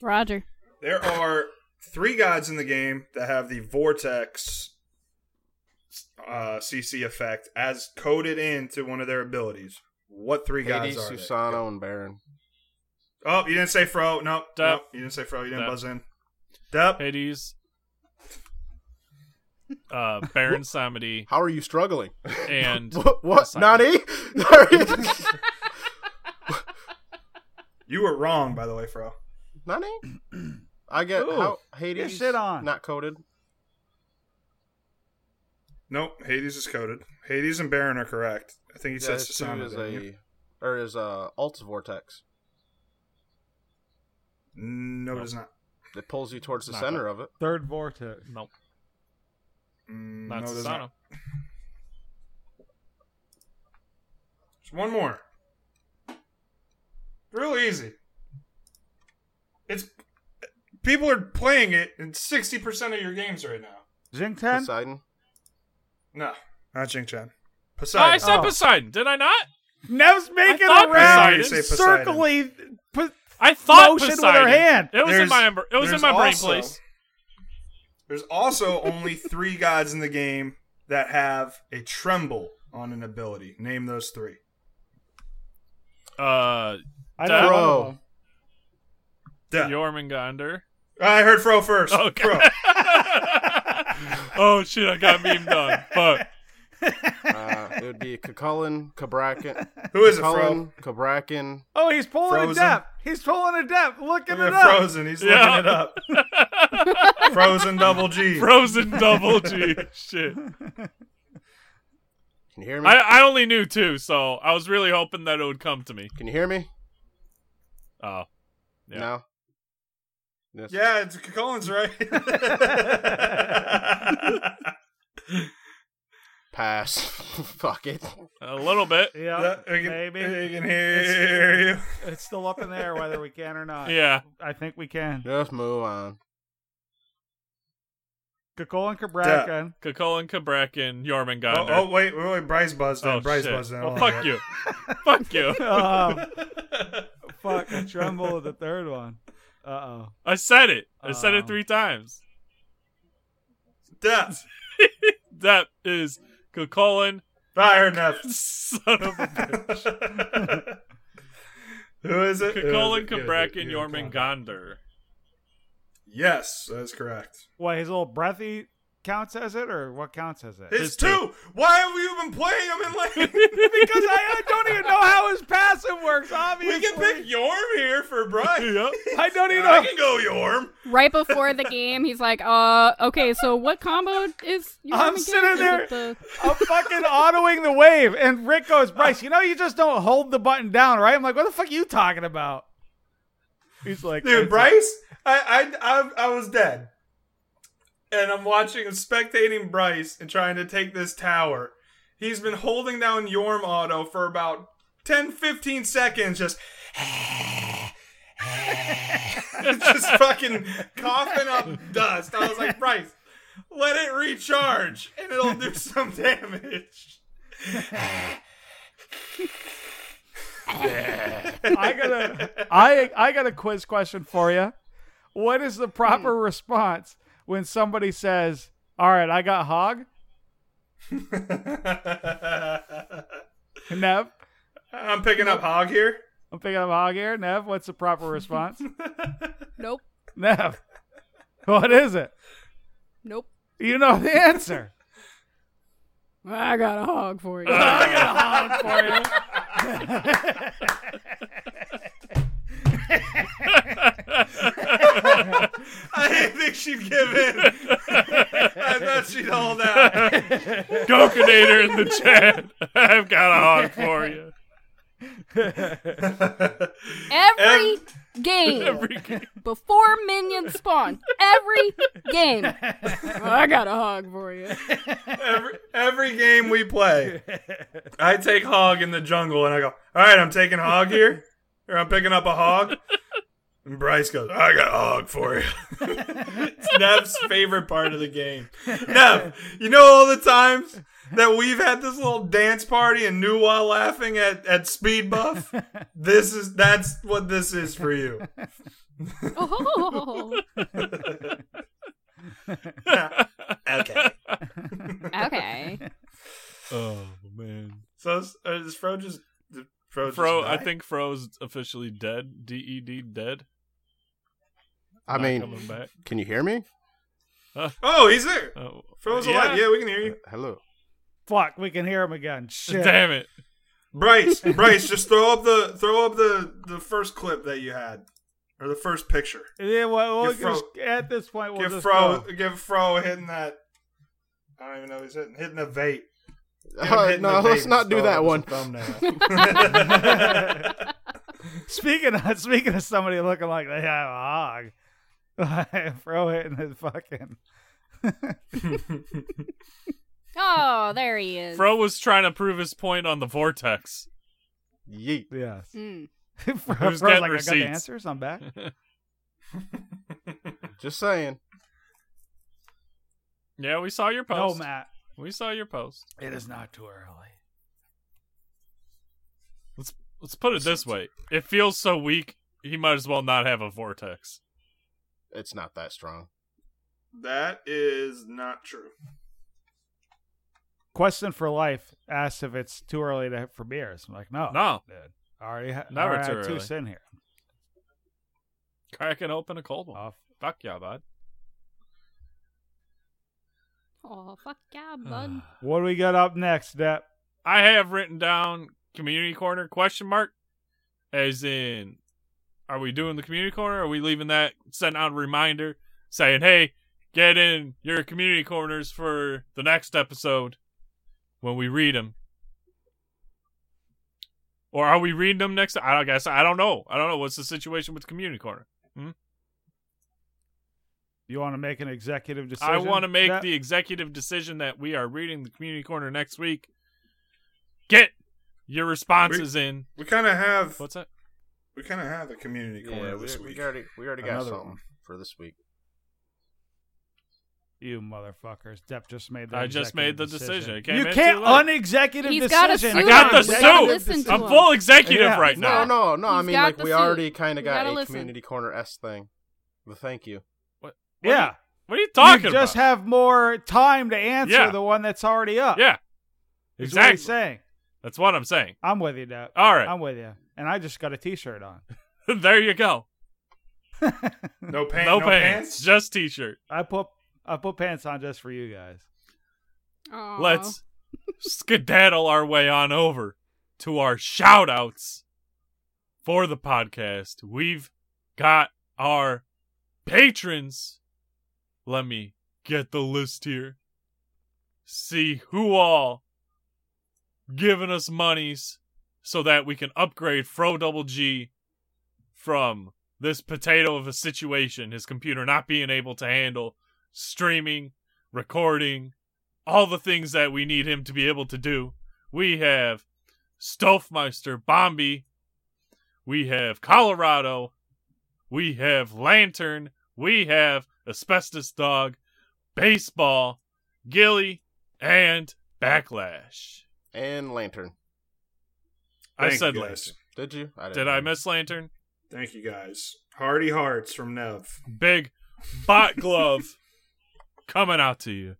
S4: Roger.
S5: There are three gods in the game that have the vortex uh, CC effect as coded into one of their abilities. What three
S3: Hades,
S5: gods are they?
S3: Susano, and Baron.
S5: Oh, you didn't say Fro. No,
S2: Dup.
S5: no, you didn't say Fro. You didn't
S2: Dup.
S5: buzz in. Dup.
S2: Hades.
S3: <laughs>
S2: Uh, Baron Samedi
S3: How are you struggling?
S2: and
S3: What? what?
S2: Poseidon.
S3: Nani? Sorry.
S5: You were wrong, by the way, Fro.
S3: <laughs> Nani? I get
S6: Ooh,
S3: how Hades
S6: shit on.
S3: not coded.
S5: Nope, Hades is coded. Hades and Baron are correct. I think you
S3: Yeah,
S5: said
S3: his two
S5: Susano.
S3: is
S5: didn't you?
S3: a or is a alt vortex.
S5: No, it is not.
S3: It pulls you towards the
S2: Not
S3: center of it.
S6: third vortex.
S2: nope,
S5: Mm,
S2: not
S5: no, it is
S2: Susano.
S5: not. Just one more. Real easy. It's people are playing it in sixty percent of your games right now.
S6: Zing ten?
S3: Poseidon.
S5: No, not Jing Chan.
S2: Oh, I
S5: Poseidon.
S2: said
S6: Oh.
S2: Poseidon, did I not?
S6: Nev's making
S2: thought
S6: a round
S5: Poseidon.
S6: circling po-
S2: I thought
S6: Motion with her
S2: Poseidon.
S6: hand.
S2: It was in
S5: There's-
S2: my embr- it was in
S5: there's
S2: my brain
S5: also-
S2: place.
S5: There's also only three gods in the game that have a tremble on an ability. Name those three.
S2: Uh,
S6: I know one of
S3: Bro.
S6: them.
S5: Duh.
S2: Jormungandr.
S5: I heard Fro first.
S2: Okay. <laughs>
S5: Fro.
S2: oh shit, I got meme done.
S5: <laughs>
S2: Fuck.
S3: Uh, it would be Cucullin, Cabracken.
S5: Who is it, Fro?
S3: Cucullin, Cabracken.
S6: Oh, he's pulling a
S5: Frozen.
S6: depth. He's pulling a depth. Looking
S5: Yeah,
S6: it up.
S5: Frozen. He's
S2: Yeah.
S5: looking it
S2: <laughs>
S5: up. Frozen double G.
S2: Frozen double G. Shit.
S3: Can you hear me?
S2: I, I only knew two, so I was really hoping that it would come to me.
S3: Can you hear me?
S2: Oh. Yeah.
S3: No. Yes.
S5: Yeah, it's Colin's right.
S3: Pass. <laughs> Fuck it.
S2: A little bit.
S6: Yeah,
S5: we can,
S6: maybe.
S5: we can hear you.
S6: It's still up in the air whether we can or not.
S2: Yeah.
S6: I think we can.
S3: Just move on.
S6: Kokol and Kabrakan.
S2: Kakolin Kabrakin,
S5: Oh,
S2: Jormungandr.
S5: oh, wait, wait, wait, Bryce buzzed in.
S2: Oh,
S5: Bryce
S2: shit.
S5: buzzed in. Oh,
S2: Well,
S5: Hold on.
S2: fuck
S5: <laughs>
S2: you. fuck you.
S6: Um, <laughs> fuck, I tremble at the third one. Uh oh.
S2: I said it. I said
S6: Um.
S2: it three times.
S5: Death.
S2: That is Kakolin,
S5: I
S2: <laughs>
S5: heard enough. <laughs>
S2: son of a
S5: Who is it? Who is
S2: Kakolin
S5: it? Give it-
S2: Kabrakin,
S5: give it-
S2: Jormungandr.
S5: Yes, that's correct.
S6: What, his little breathy counts as it, or what counts as it?
S5: It's,
S2: It's
S5: two. Why have you been
S2: <laughs>
S5: playing him in
S6: <laughs>
S5: like?
S6: because I, I don't even know how his passive works, obviously.
S5: we can pick Yorm here for Bryce. <laughs>
S2: Yep.
S6: I don't even
S5: I
S6: know.
S5: can go Yorm.
S4: Right before the game, he's like, "Uh, okay, so what combo is?" your
S6: I'm
S4: arm again?
S6: sitting
S4: Is
S6: there-
S4: it the-
S6: I'm fucking autoing the wave, and Rick goes, Bryce, you know you just don't hold the button down, right? I'm like, what the fuck are you talking about? He's like,
S5: dude
S6: "It's-
S5: bryce I, I i i was dead and i'm watching and spectating bryce and trying to take this tower he's been holding down yorm auto for about 10 15 seconds just <laughs> just fucking coughing up dust i was like bryce let it recharge and it'll do some <laughs> damage <laughs>
S6: I got a I I got a quiz question for you. What is the proper response when somebody says, All right, I got hog. Nev,
S5: I'm picking up hog here.
S6: I'm picking up hog here. Nev, what's the proper response?
S4: Nope.
S6: Nev, what is it?
S4: Nope.
S6: You know the answer.
S4: I got a hog for you.
S5: I didn't think she'd give in. I thought she'd hold out.
S2: Gokinator in the chat. <laughs> I've got a hog for you.
S4: Every game
S2: Freaking-
S4: before minions spawn, every game, I got a hog for you.
S5: Every, every game we play, I take hog in the jungle and I go, All right, I'm taking hog here, or I'm picking up a hog. And Bryce goes, I got a hog for you. <laughs> it's Nev's favorite part of the game. Nev, you know all the times that we've had this little dance party and knew while laughing at, at Speed Buff? This is that's what this is for you.
S4: Oh,
S3: <laughs>
S5: okay.
S4: okay.
S2: oh man.
S5: So is, uh, is Fro just did Fro? just
S2: Fro, I
S5: die?
S2: think Fro's officially dead. D E D dead.
S3: I
S2: Not
S3: mean,
S2: coming back.
S3: can you hear me?
S5: Oh, he's there.
S2: Oh,
S5: Fro's
S2: yeah.
S5: alive. Yeah, we can hear you.
S3: Hello.
S6: Fuck, we can hear him again.
S2: <laughs>
S6: Shit.
S2: Damn it.
S3: <laughs>
S5: Bryce, Bryce, just throw up the throw up the the first clip that you had, or the first picture.
S6: Yeah, well, we'll
S5: Give Fro-
S6: just, at this point, we'll
S5: give
S6: just
S5: Fro,
S6: go.
S5: give Fro hitting that. I don't even know. He's hitting hitting the vape. Get him
S3: Uh, <laughs>
S5: hitting
S3: no,
S5: the vape
S3: let's
S5: and
S3: not do
S5: throw it
S3: that
S5: up
S3: one.
S5: as a thumbnail.
S6: Speaking of speaking of somebody looking like they have a hog, <laughs> Fro hitting his fucking.
S4: Oh, there he is.
S2: Fro was trying to prove his point on the vortex.
S3: Yeet.
S6: Yes. <laughs>
S4: Mm.
S6: Fro,
S2: Who's
S6: Fro's
S2: getting
S6: like, I got the
S2: receipts?"
S6: answers. I'm back.
S3: Just saying.
S2: Yeah, we saw your <laughs>
S6: No,
S2: post.
S6: Matt.
S2: We saw your post.
S6: It is not too early.
S2: Let's let's put it this way. It feels so weak. He might as well not have a vortex.
S3: It's not that strong.
S5: that is not true.
S6: Question for Life asked if it's too early to, for beers. I'm like, no.
S2: No,
S6: Dude. I already, ha-
S2: Never
S6: already
S2: too
S6: had
S2: early.
S6: two sitting here.
S2: cracking open a cold one.
S6: Off.
S2: Fuck yeah, bud.
S4: Oh, fuck yeah, bud.
S6: What do we got up next, Depp?
S2: I have written down community corner question mark, as in, are we doing the community corner? Are we leaving that sent out a reminder saying, hey, get in your community corners for the next episode when we read them? Or are we reading them next? I guess I don't know. I don't know what's the situation with community corner.
S6: You want to make an executive decision?
S2: I want to make
S6: Depp?
S2: the executive decision that we are reading the community corner next week. Get your responses in.
S5: We kind of have
S2: What's that?
S5: we kind of have a community corner
S3: Yeah, we,
S5: this
S3: we
S5: week.
S3: already we already got
S5: Another
S3: something
S5: one.
S3: for this week.
S6: You motherfuckers. Depp just made the
S2: I just made
S6: executive
S2: the decision. It came
S6: you
S2: in
S6: can't
S2: too late.
S6: unexecutive
S4: He's got a
S6: decision.
S4: suit
S2: I got the
S4: on. You gotta
S2: suit.
S4: listen to
S2: I'm
S4: him.
S2: full executive
S6: Yeah.
S2: right
S3: No,
S2: now.
S3: no, no. I
S4: He's
S3: mean,
S4: got
S3: like
S4: the
S3: we
S4: suit.
S3: already kind of
S4: You
S3: got a
S4: gotta listen.
S3: community corner s thing. But thank you.
S6: Yeah.
S2: What are you talking
S6: you just
S2: about?
S6: have more time to answer
S2: Yeah.
S6: the one that's already up.
S2: yeah,
S6: Is what he's
S2: exactly.
S6: saying.
S2: That's what I'm saying. <laughs>
S6: I'm with you, Depp.
S2: All right.
S6: I'm with you. And I just got a T-shirt on.
S2: there you go.
S5: No pants.
S2: no, pants, just t-shirt.
S6: I put I put pants on just for you guys.
S4: Aw.
S2: Let's skedaddle our way on over to our shout-outs for the podcast. We've got our patrons. Let me get the list here. See who all giving us monies so that we can upgrade Fro Double G from this potato of a situation, his computer not being able to handle streaming, recording, all the things that we need him to be able to do. We have Stolfmeister Bombi. We have Colorado. We have Lantern. We have Asbestos Dog, Baseball, Gilly, and Backlash.
S3: And lantern.
S2: I said
S5: you
S2: Lantern.
S5: guys.
S3: Did you? I didn't
S2: Did
S3: know.
S2: I miss Lantern?
S5: Thank you guys. Hearty hearts from Nev. <laughs>
S2: Big bot glove coming out to you.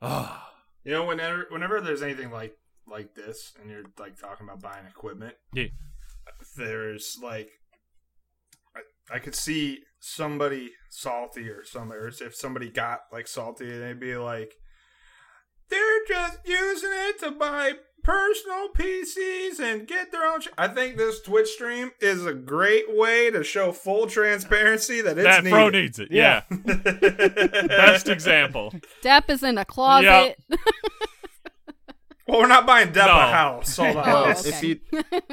S2: Ah,
S5: You know, whenever whenever there's anything like like this, and you're like talking about buying equipment,
S2: Yeah.
S5: there's like I, I could see somebody salty or somebody, or if somebody got like salty, and they'd be like, they're just using it to buy personal PCs and get their own. Sh-. I think this Twitch stream is a great way to show full transparency that it's
S2: that
S5: needed.
S2: pro needs it. Yeah, best
S5: <laughs> Best
S2: example.
S4: Depp is in a <laughs> closet.
S5: Well, we're not buying Depp
S2: No.
S5: a
S3: <laughs>
S5: house. Hold on.
S4: Oh,
S3: Well,
S4: okay.
S3: if you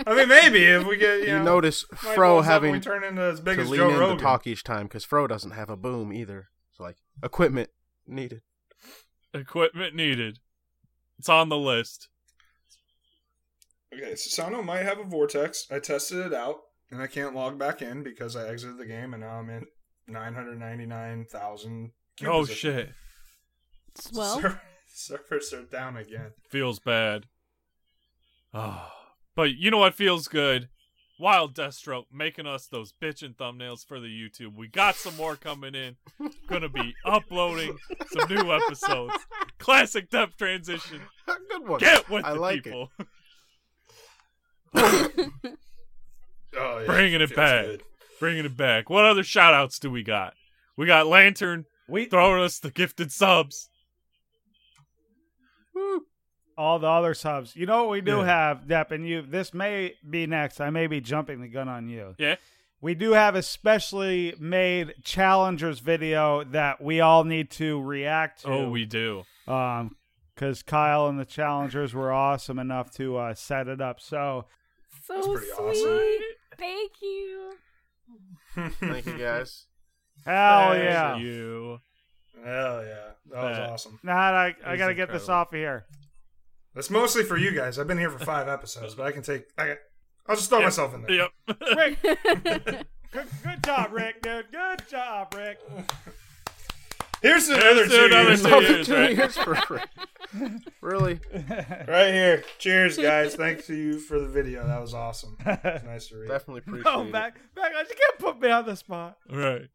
S5: I mean, maybe if we get you,
S3: you
S5: know,
S3: notice
S5: Mike
S3: Fro
S5: Wilson, we
S3: having
S5: turn into as big
S3: to
S5: as
S3: lean
S5: Joe
S3: in
S5: Rogan.
S3: to talk each time because Fro doesn't have a boom either. So like equipment needed.
S2: Equipment needed. It's on the list.
S5: Okay, so Sano might have a vortex. I tested it out, and I can't log back in because I exited the game, and now I'm in nine hundred ninety nine thousand.
S2: Oh shit,
S4: Swell.
S5: <laughs> servers are down again.
S2: feels bad. Ah, but you know what feels good? Wild Deathstroke making us those bitchin' thumbnails for the YouTube. We got some more coming in. Gonna
S3: <laughs>
S2: be uploading some new episodes. Classic Depp transition.
S3: Good
S2: <laughs>
S3: one.
S2: Get with
S3: I
S2: the
S3: like
S2: people.
S5: Oh, yeah,
S2: Bringing it
S5: feels
S2: back.
S5: good.
S2: Bringing it back. What other shout outs do we got? We got Lantern
S6: We
S2: throwing us the gifted subs.
S6: all the other subs. You know what we do
S2: Yeah.
S6: have, Depp, and you. This may be next. I may be jumping the gun on you.
S2: Yeah.
S6: We do have a specially made challengers video that we all need to react to.
S2: Oh, we do.
S6: um, because Kyle and the challengers were awesome enough to uh, set it up. So
S4: So
S5: That's pretty
S4: sweet.
S5: awesome.
S4: Thank you.
S3: Thank you guys.
S6: hell
S5: There's
S6: yeah.
S2: You.
S5: Hell yeah, that was
S2: That-
S5: awesome.
S6: Nah, I, I
S2: It's
S6: gotta get this
S2: incredible.
S6: off
S2: <laughs>
S6: of here.
S5: That's mostly for you guys. I've been here for five episodes, but I can take. I, I'll just throw myself in there.
S2: Yep. <laughs>
S6: Rick, good, good job, Rick, dude. Good job, Rick.
S5: Here's another
S2: Here's to
S5: two
S2: another
S5: years.
S2: two
S3: Another
S2: years,
S3: two
S2: right?
S3: years for free. really?
S5: Right here. Cheers, guys. Thanks to you for the video. That was awesome. It's nice to read.
S3: Definitely appreciate
S6: Oh,
S3: it.
S6: back, back. You can't put me on the spot.
S2: Right.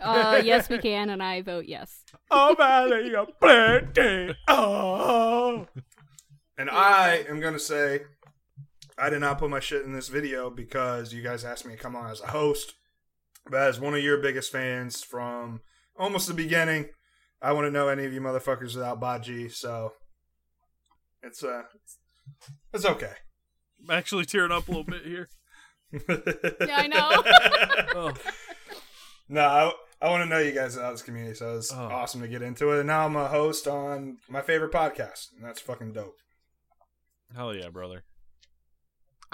S4: Uh, yes, we can, and I vote yes.
S6: Oh, man, you're plenty. Oh,
S5: And I am going to say I did not put my shit in this video because you guys asked me to come on as a host. But as one of your biggest fans from almost the beginning, I want to know any of you motherfuckers without Baji. So it's uh it's okay. <laughs>
S2: I'm actually tearing up a little bit here.
S4: Yeah, I know.
S2: <laughs> Oh,
S5: No, I, I want to know you guys out this community, so it's
S2: Oh.
S5: awesome to get into it. And now I'm a host on my favorite podcast, and that's fucking dope.
S2: hell yeah, brother.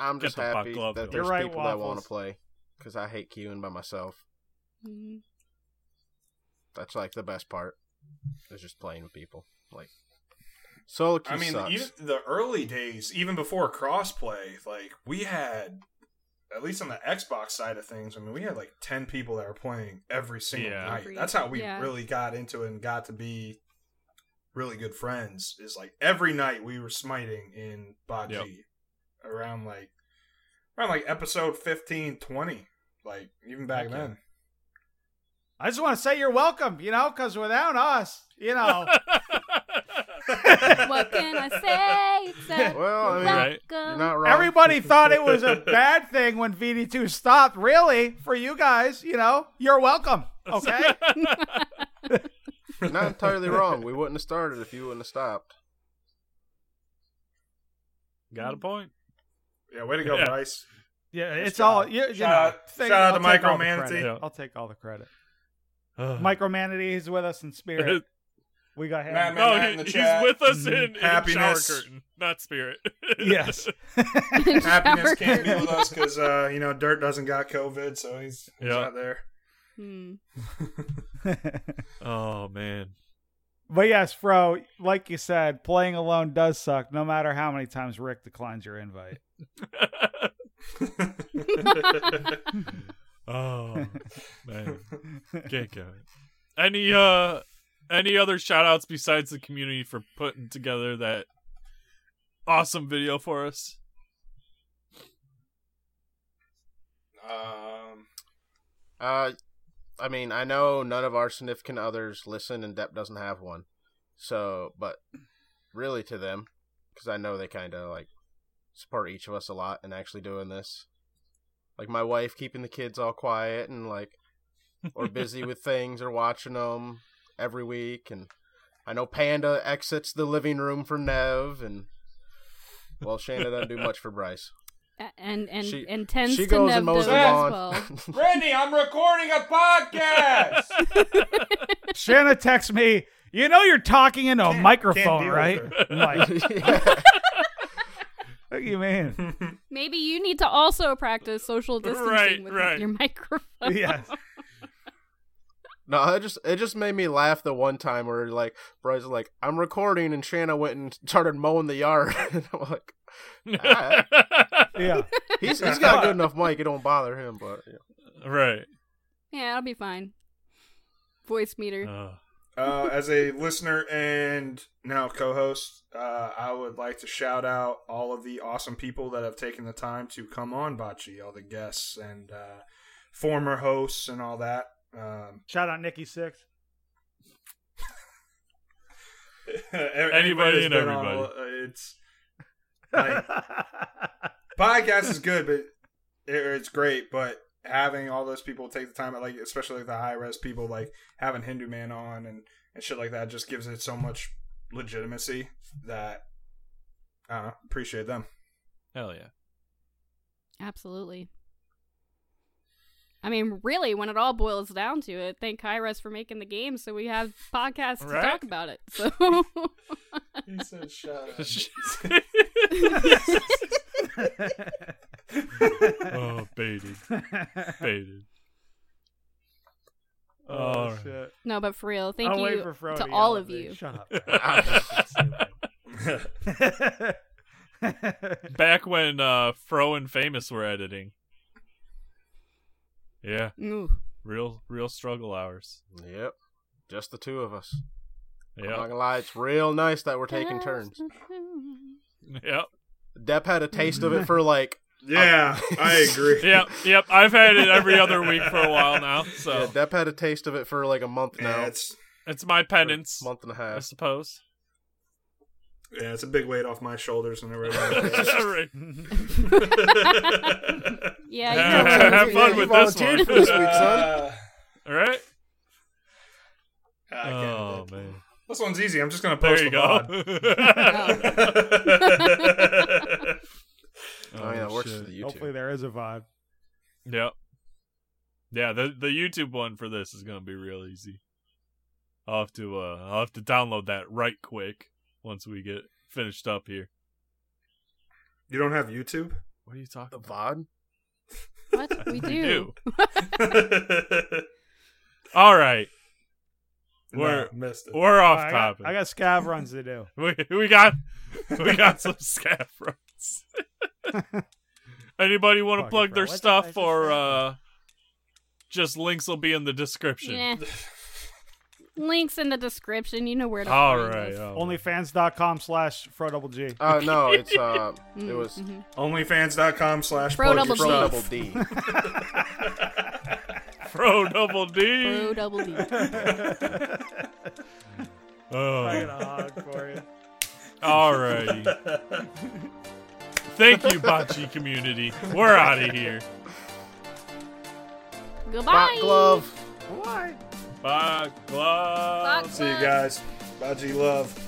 S3: I'm
S2: Get
S3: just
S2: the fuck
S3: happy
S2: glove
S3: that
S2: going.
S3: there's
S6: You're right,
S3: people that want
S6: Waffles.
S3: to play because I hate queuing by myself.
S4: Mm,
S3: That's like the best part. Is just playing with people. Like solo queue
S5: I mean,
S3: sucks.
S5: even the early days, even before crossplay, like we had, at least on the Xbox side of things, I mean, we had like ten people that were playing every single
S2: Yeah.
S5: night.
S4: Agreed.
S5: That's how we
S4: Yeah.
S5: really got into it and got to be really good friends. Is like every night we were smiting in Baji
S2: Yep.
S5: around like around like episode 15, 20. Like even back
S3: Heck yeah.
S5: then.
S6: I just want to say you're welcome. You know, because without us, you know,
S5: <laughs>
S4: what can I say? Except
S3: Well, I mean,
S2: Right.
S4: welcome.
S3: You're not wrong.
S6: everybody thought it was a bad thing when VD2 stopped. Really, for you guys, you know, you're welcome. Okay.
S5: <laughs>
S3: Not entirely wrong. We wouldn't have started if you wouldn't have stopped.
S2: <laughs> Got a point.
S5: Yeah, way to go,
S2: Yeah.
S4: <laughs>
S5: Bryce.
S6: Yeah,
S5: Nice
S6: it's
S5: job.
S6: all. You, you
S5: Shout
S6: know,
S5: out-
S6: thank-
S5: shout out
S6: I'll
S5: to
S6: take all the
S5: Micromanatee.
S6: credit.
S2: Yeah.
S6: I'll take all the credit. Micromanity is with us in
S5: <laughs>
S6: spirit. We got him.
S5: Man, man.
S2: No, Oh,
S5: Matt
S2: he,
S5: in the
S2: he's
S5: chat.
S2: with us in, in shower
S5: Happiness.
S2: curtain, not spirit.
S6: <laughs>
S2: <laughs>
S6: Yes.
S5: Happiness
S4: <laughs> Shower
S5: can't be
S4: curtain.
S5: with us because uh, you know Dirt doesn't got COVID, so he's, he's
S2: Yeah.
S5: not there.
S4: Hmm.
S2: oh <laughs> man.
S6: But yes, Fro, like you said, playing alone does suck, no matter how many times Rick declines your invite.
S2: Oh man. Can't count it. Any uh any other shout outs besides the community for putting together that awesome video for us?
S5: um,
S3: Uh, I mean, I know none of our significant others listen, and Depp doesn't have one. So, but really to them, because I know they kind of like support each of us a lot in actually doing this. Like my wife keeping the kids all quiet and like, or busy with things or watching them every week. And I know Panda exits the living room for Nev and. Well, Shana doesn't do much for Bryce.
S4: A- and and
S3: She-
S4: and tends
S3: she
S4: to
S3: goes
S4: Nev
S3: and mows
S4: Dover
S3: the
S4: as
S3: lawn. <laughs>
S4: well.
S5: Brittany, I'm recording a podcast.
S6: Shanna texts me, you know you're talking into a
S5: Can't- can't
S6: microphone,
S5: deal
S6: right?
S5: with
S6: I'm like, what
S3: Yeah.
S6: do you <laughs> mean?
S4: Maybe you need to also practice social distancing
S2: Right,
S4: with
S2: right.
S4: your <laughs> microphone.
S6: yes.
S3: No, it just it just made me laugh the one time where like Bryce was like, I'm recording and Shanna went and <laughs> started mowing the yard <laughs> and I'm like "Alright."
S6: Yeah.
S3: he's he's got a good enough mic, it don't bother him, but
S2: <laughs>
S3: yeah.
S2: right.
S4: Yeah, it'll be fine. Voice meter.
S2: Uh,
S5: <laughs> uh, as a listener and now co-host, uh, I would like to shout out all of the awesome people that have taken the time to come on Bocce, all the guests and uh, former hosts and all that. Um, <laughs>
S6: Shout out Nikki Six.
S5: anybody
S2: and
S5: that's e-, been on,
S2: everybody.
S5: uh, it's like, podcast is good, but it, it's great. But having all those people take the time, like especially like the high res people, like having Hindu Man on and and shit like that, just gives it so much legitimacy that I don't know, appreciate them.
S2: hell yeah.
S4: Absolutely. I mean, really, when it all boils down to it, thank Kairos for making the game so we have podcasts
S2: Right?
S4: to talk about it. So <laughs>
S5: He said,
S2: <laughs>
S5: "Shut
S2: oh, baited, baited.
S6: <laughs> Oh,
S2: All right. <laughs>
S6: shit.
S4: No, but for real, thank
S6: I'll wait
S4: you
S6: for Fro
S4: to
S6: yell
S4: all
S6: at
S4: of
S6: me.
S4: you.
S6: Shut up.
S2: <laughs> Back when uh, Fro and Famous were editing. Yeah,
S4: Ooh.
S2: real, real struggle hours.
S3: Yep. Just the two of us. I'm not
S2: Yeah,
S3: gonna lie, it's real nice that we're taking turns.
S2: yep,
S3: Depp had a
S2: <laughs>
S3: taste of it for like
S5: yeah, I agree.
S2: yep, yep. I've had it every other week for a while now, so
S3: yeah, Depp had a taste of it for like a month now.
S5: Yeah, it's
S2: it's my penance,
S3: month and a
S2: I
S3: <laughs> half.
S2: suppose. <laughs>
S5: yeah, it's a big weight off my shoulders and everything.
S2: Right.
S4: Yeah,
S3: <laughs>
S4: you
S2: Yeah.
S4: know what
S2: <laughs> Have
S4: it
S2: fun
S4: is.
S2: with
S3: you volunteered
S2: this
S3: for
S2: one.
S3: this
S2: <laughs>
S3: week, son.
S2: All right.
S5: Ah, I can't
S2: Oh
S5: do it.
S2: man,
S5: This one's easy. I'm just gonna post
S2: there you
S5: the
S2: go. <laughs>
S5: pod.
S3: Oh, yeah, it works
S2: shit.
S3: for the YouTube.
S6: Hopefully there is a vibe.
S2: Yep. Yeah, the the YouTube one for this is gonna be real easy. I'll have to uh I'll have to download that right quick once we get finished up here.
S5: <laughs> you don't have YouTube? <laughs>
S2: What are you
S3: The
S2: talking about?
S3: VOD?
S4: What we do?
S2: We All
S6: <laughs>
S2: right. We're-
S5: no, missed it.
S2: We're off
S6: I got,
S2: topic.
S6: I got scav
S2: <laughs>
S6: runs to do.
S2: we, we got
S6: <laughs>
S2: we got some scaff runs. Anybody want to
S6: Fucking
S2: plug
S6: bro,
S2: their
S6: what the
S2: stuff
S6: fuck is
S2: or
S6: that?
S2: uh just links will be in the description.
S4: Nah. <laughs> Links in the description. You know where to
S2: All
S4: find
S2: right.
S4: us.
S2: all right.
S6: Onlyfans.com slash Fro Double G.
S3: Uh no, it's <laughs> uh it was
S5: Onlyfans.com slash
S4: Bro
S5: plug
S4: double
S3: Fro
S5: yourself.
S4: D.
S3: double D.
S6: <laughs>
S2: Pro double D.
S4: Pro double D.
S2: Oh.
S6: Hardcore.
S2: Alrighty. Thank you, Bocce community. We're out of here.
S4: Goodbye.
S3: Bot glove.
S6: Why?
S2: Bye, gloves.
S4: Sock
S5: See you
S4: gloves.
S5: guys. Baji love.